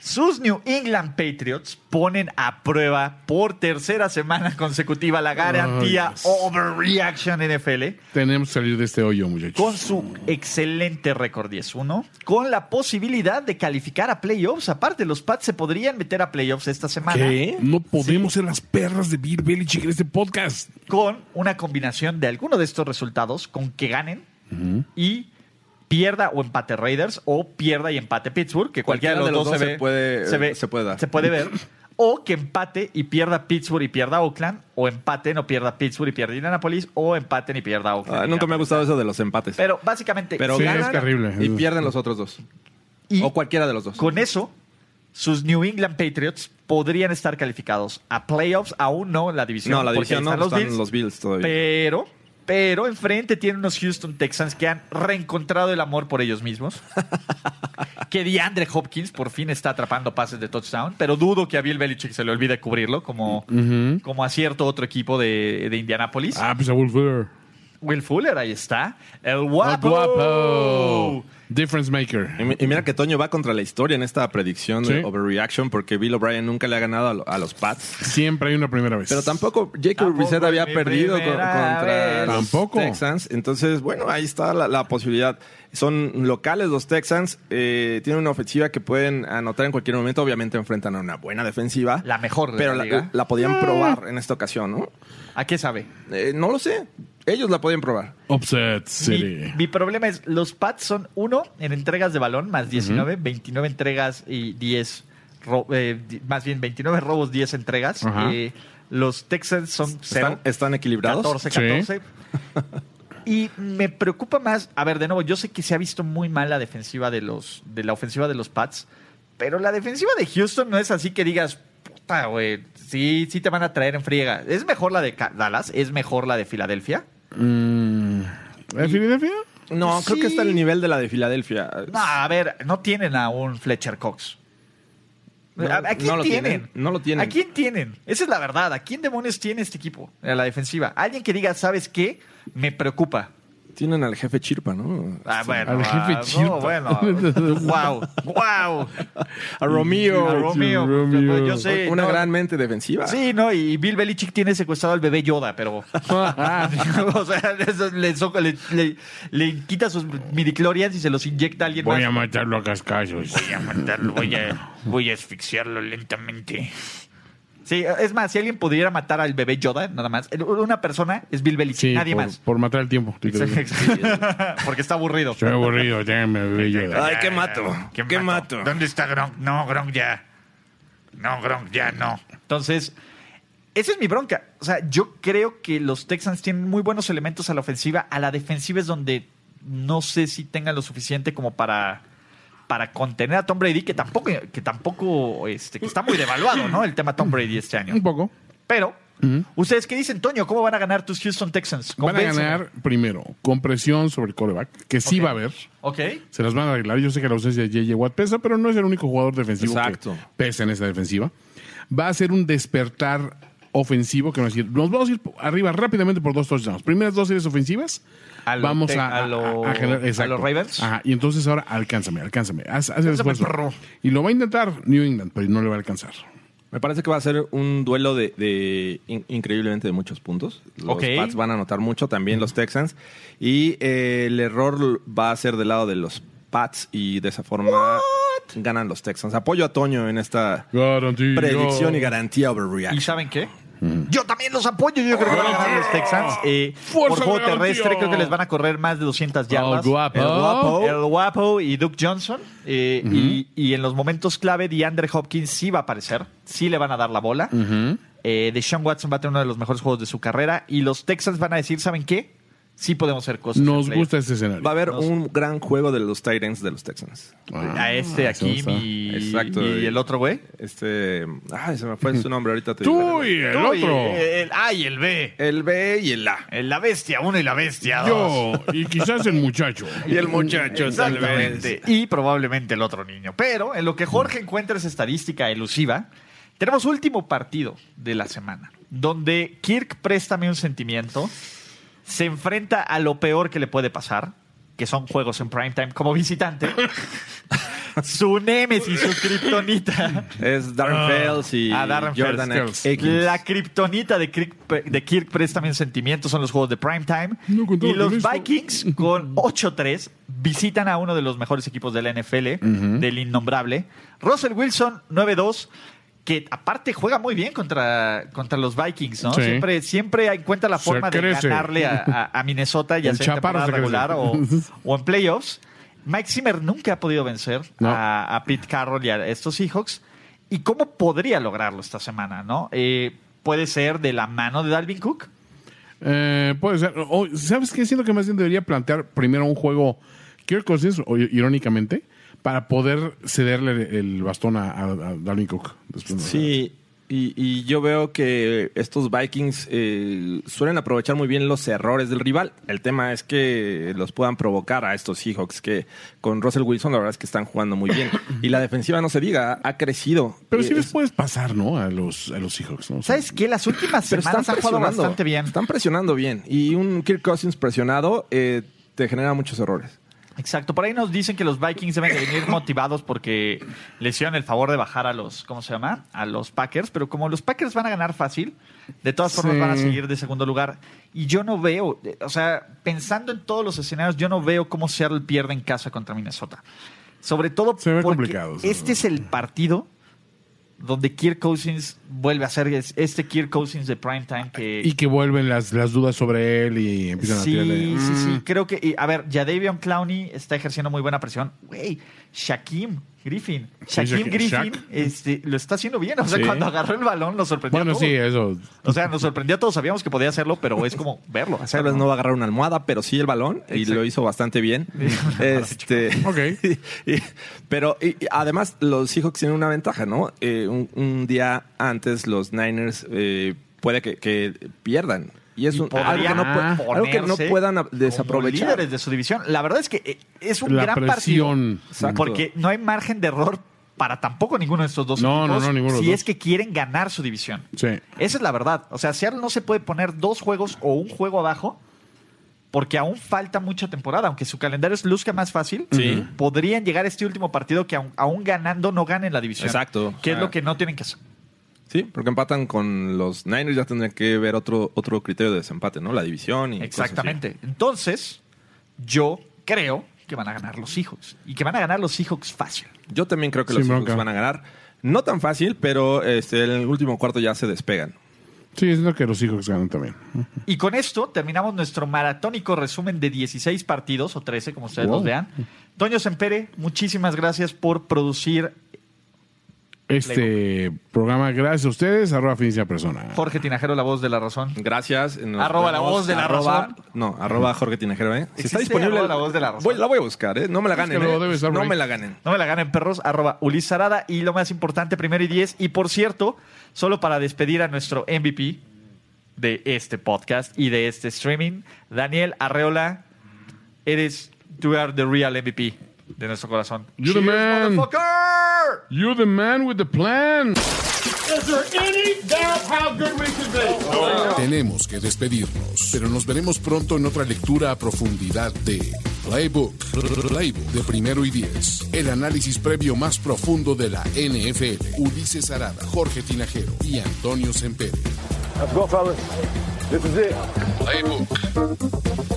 Sus New England Patriots ponen a prueba por tercera semana consecutiva la garantía Overreaction NFL Tenemos que salir de este hoyo, muchachos. con su excelente récord 10-1, con la posibilidad de calificar a playoffs. Aparte, los Pats se podrían meter a playoffs esta semana No podemos ser las perras de Bill Belichick en este podcast. con una combinación de alguno de estos resultados con que ganen y pierda o empate Raiders o pierda y empate Pittsburgh, que cualquiera, de los, dos, se, ve- puede- se puede dar. se puede ver. O que empate y pierda Pittsburgh y pierda Oakland, o empaten o pierda Pittsburgh y pierda Indianapolis, o empaten y pierda Oakland. Ah, nunca me ha gustado eso de los empates. Pero básicamente, Pero Sí, ganan es terrible. y pierden los otros dos. y o cualquiera de los dos. con eso, sus New England Patriots podrían estar calificados a playoffs, aún no la división. No, la porque división no, están están, los Bills todavía. Pero, pero enfrente tienen unos Houston Texans que han reencontrado el amor por ellos mismos. que DeAndre Hopkins por fin está atrapando pases de touchdown, pero dudo que a Bill Belichick se le olvide cubrirlo como, como a cierto otro equipo de, de Indianápolis. Ah, pues a Will Fuller. Will Fuller, ahí está. El guapo. Guapo. Difference maker. Y mi- y mira que Toño va contra la historia en esta predicción Sí. de overreaction porque Bill O'Brien nunca le ha ganado a, lo- a los Pats. Siempre hay una primera vez. Pero tampoco Jacob Tampoco Brissett había es mi perdido co- primera contra vez. los Tampoco. Texans. Entonces, bueno, ahí está la, la posibilidad. Son locales los Texans. eh, tienen una ofensiva que pueden anotar en cualquier momento. Obviamente enfrentan a una buena defensiva. La mejor de Pero la la, liga. Mm. la podían probar en esta ocasión, ¿no? ¿A qué sabe? Eh, no lo sé. Ellos la podían probar. Upset Mi, City. mi problema es, los Pats son uno en entregas de balón, más 19, 29 entregas y 10, ro- eh, di- más bien 29 robos, 10 entregas. Ajá. Eh, los Texans son Están, cero, están equilibrados. Sí. 14, 14. Y me preocupa más, a ver, de nuevo, yo sé que se ha visto muy mal la defensiva de los, de la ofensiva de los Pats, pero la defensiva de Houston no es así que digas, puta, güey, sí, sí te van a traer en friega. Es mejor la de Ca- Dallas, es mejor la de Filadelfia. ¿Eh, Filadelfia? No, creo Pues Sí. que está al nivel de la de Filadelfia. No, a ver, no tienen a un Fletcher Cox. No, ¿A, a quién no lo tienen? tienen, no lo tienen. ¿A quién tienen? Esa es la verdad. ¿A quién demonios tiene este equipo? A la defensiva. Alguien que diga, ¿sabes qué? Me preocupa. Tienen al jefe Chirpa, ¿no? Ah, bueno. Al jefe ah, Chirpa. no, bueno. wow. Wow. A Romeo. A Romeo. Romeo. Yo sé. una no. gran mente defensiva. Sí, no, y Bill Belichick tiene secuestrado al bebé Yoda, pero. o sea, eso le, so- le- le- le quita sus midichlorians y se los inyecta a alguien Voy más. a matarlo a cascallos. voy a, asfixiarlo lentamente. Sí, es más, si alguien pudiera matar al bebé Yoda, nada más. Una persona es Bill Belichick, Sí, nadie por, más. por matar el tiempo. Porque está aburrido. Estoy aburrido, déjame bebé Yoda. Ay, ¿qué mato? ¿Qué, mato? ¿Dónde está Gronk? No, Gronk ya. No, Gronk ya no. Entonces, esa es mi bronca. O sea, yo creo que los Texans tienen muy buenos elementos a la ofensiva. A la defensiva es donde no sé si tengan lo suficiente como para para contener a Tom Brady, que tampoco, que tampoco, este, que está muy devaluado, ¿no? El tema Tom Brady este año. Un poco. Pero, ¿ustedes qué dicen, Toño? ¿Cómo van a ganar tus Houston Texans? Van a Convénceme. ganar primero con presión sobre el coreback, que sí Ok. va a haber. Ok. Se las van a arreglar. Yo sé que la ausencia de JJ Watt pesa, pero no es el único jugador defensivo Exacto. que pesa en esta defensiva. Va a ser un despertar ofensivo que nos va a decir, nos vamos a ir arriba rápidamente por dos touchdowns. Primeras dos series ofensivas, A lo vamos te- a, a lo- generar- a exacto. los Ravens. Ajá, y entonces ahora alcánzame, alcánzame, haz, haz el esfuerzo. perro. Y lo va a intentar New England, pero no le va a alcanzar. Me parece que va a ser un duelo de, de in- increíblemente de muchos puntos. Los Ok. Pats van a anotar mucho, también los Texans. Y eh, el error va a ser del lado de los Pats y de esa forma ganan los Texans. Apoyo a Toño en esta Garantía. predicción y garantía ¿Y overreaction. saben qué? Mm. Yo también los apoyo. Yo creo que van a ganar los Texans. Eh, Fuerza por juego de garantía. terrestre, creo que les van a correr más de 200 yardas. El guapo. El guapo, el guapo y Duke Johnson. Eh, y, y en los momentos clave, DeAndre Hopkins sí va a aparecer. Sí le van a dar la bola. Eh, Deshaun Watson va a tener uno de los mejores juegos de su carrera. Y los Texans van a decir, ¿saben qué? Sí podemos hacer cosas. en Nos playoff". gusta este escenario. Va a haber un gran juego de los Titans de los Texans. A este Ah, aquí eso está. mi- Exacto. y el otro güey. Este. Ay, se me fue su nombre ahorita. Te digo. Tú y el Tú y otro. El A y el B. El B y el A. El La bestia uno y la bestia dos. Yo, y quizás el muchacho. Y el muchacho, Exactamente. Y probablemente el otro niño. Pero en lo que Jorge encuentra esa estadística elusiva, tenemos último partido de la semana, donde Kirk, préstame un sentimiento, se enfrenta a lo peor que le puede pasar, que son juegos en primetime como visitante. su némesis, su kriptonita. Es Darren Fells y A Ah. Darren Jordan Fells. Ek- Ekins. La kriptonita de Kirk, de Kirk Préstame en Sentimientos son los juegos de primetime. No contaba y los con esto. Vikings, con 8-3, visitan a uno de los mejores equipos de la NFL, del innombrable. Russell Wilson, 9-2. Que aparte juega muy bien contra, contra los Vikings, ¿no? Sí. Siempre, siempre encuentra la Se forma de crece. ganarle a, a- a Minnesota, ya El sea en chaparro temporada se crece. regular o, o en playoffs. Mike Zimmer nunca ha podido vencer No. a, a Pete Carroll y a estos Seahawks. ¿Y cómo podría lograrlo esta semana, no? Eh, puede ser de la mano de Dalvin Cook. Eh, puede ser. O, ¿Sabes qué? Siento que más bien debería plantear primero un juego, Kirk Cousins, o- irónicamente, para poder cederle el bastón a, a- a Dalvin Cook. Después, ¿no? Sí. Y, y yo veo que estos Vikings eh, suelen aprovechar muy bien los errores del rival. El tema es que los puedan provocar a estos Seahawks, que con Russell Wilson la verdad es que están jugando muy bien. Y la defensiva, no se diga, ha crecido. Pero Eh, sí les es- puedes pasar, ¿no? A los, a los Seahawks, ¿no? O sea, ¿Sabes qué? Las últimas pero están semanas han jugado presionando bastante bien. Están presionando bien. Y un Kirk Cousins presionado eh, te genera muchos errores. Exacto. Por ahí nos dicen que los Vikings deben de venir motivados porque les hicieron el favor de bajar a los, ¿cómo se llama? A los Packers. Pero como los Packers van a ganar fácil, de todas formas Sí. van a seguir de segundo lugar. Y yo no veo, eh, o sea, pensando en todos los escenarios, yo no veo cómo Seattle pierde en casa contra Minnesota. Sobre todo Se ve porque complicado, sí. este es el partido donde Kirk Cousins vuelve a ser es- este Kirk Cousins de primetime que y que vuelven las, las dudas sobre él y empiezan a tirarle. Sí, sí, Mm. sí. Creo que. y, a ver, Jadavion Clowney está ejerciendo muy buena presión. Güey, Shaquim Griffin. Sí, Shaquim Shaq- Griffin Shaq. este, lo está haciendo bien. O sea, Sí. cuando agarró el balón, lo sorprendió. Bueno, a sí, todos. eso. O sea, nos sorprendió a todos. Sabíamos que podía hacerlo, pero es como verlo. Tal Hacerlo, vez no va a agarrar una almohada, pero sí el balón y Exacto. lo hizo bastante bien. este, Ok. y- y- pero y- y además los Seahawks tienen una ventaja, ¿no? Eh, un, un día antes los Niners eh, puede que, que pierdan. Y es Y un- algo, que podrían no, pue- algo que no ponerse puedan a- como desaprovechar. líderes de su división. La verdad es que eh, es un La gran presión. partido. Exacto. Porque no hay margen de error para tampoco ninguno de estos dos No, equipos, no, no, ninguno de los si dos. es que quieren ganar su división. Sí. Esa es la verdad. O sea, Seattle no se puede poner dos juegos o un juego abajo porque aún falta mucha temporada. Aunque su calendario es luzca más fácil, Sí. podrían llegar a este último partido que aún, aún ganando no ganen la división. Exacto. Que es Ah. lo que no tienen que hacer. Sí, porque empatan con los Niners, ya tendrían que ver otro, otro criterio de desempate, ¿no? La división y cosas así. Exactamente. Entonces, yo creo que van a ganar los Seahawks. Y que van a ganar los Seahawks fácil. Yo también creo que Sin los Seahawks bronca. van a ganar. No tan fácil, pero este, en el último cuarto ya se despegan. Sí, es lo que los Seahawks ganan también. Y con esto terminamos nuestro maratónico resumen de 16 partidos, o 13, como ustedes los vean. Toño Sempere, muchísimas gracias por producir Este programa, gracias a ustedes, arroba finicia persona. Jorge Tinajero, la voz de la razón. Gracias. Nos Arroba la voz de la Arroba- razón. No, arroba Jorge Tinajero, ¿eh? Si ¿Existe está disponible. arroba la voz de la razón? Voy- la voy a buscar, ¿eh? No me la ganen. Búscalo, ¿eh? debe estar por No ahí. me la ganen. No me la ganen perros, arroba Ulises Arada. Y lo más importante, primero y diez. Y por cierto, solo para despedir a nuestro MVP de este podcast y de este streaming, Daniel Arreola, eres, you are the real MVP de nuestro corazón. You the man. You the man with the plan. Tenemos que despedirnos, pero nos veremos pronto en otra lectura a profundidad de Playbook, Playbook de primero y diez, el análisis previo más profundo de la NFL. Ulises Arada, Jorge Tinajero y Antonio Sempere. Let's go, fellas. This is it. Playbook.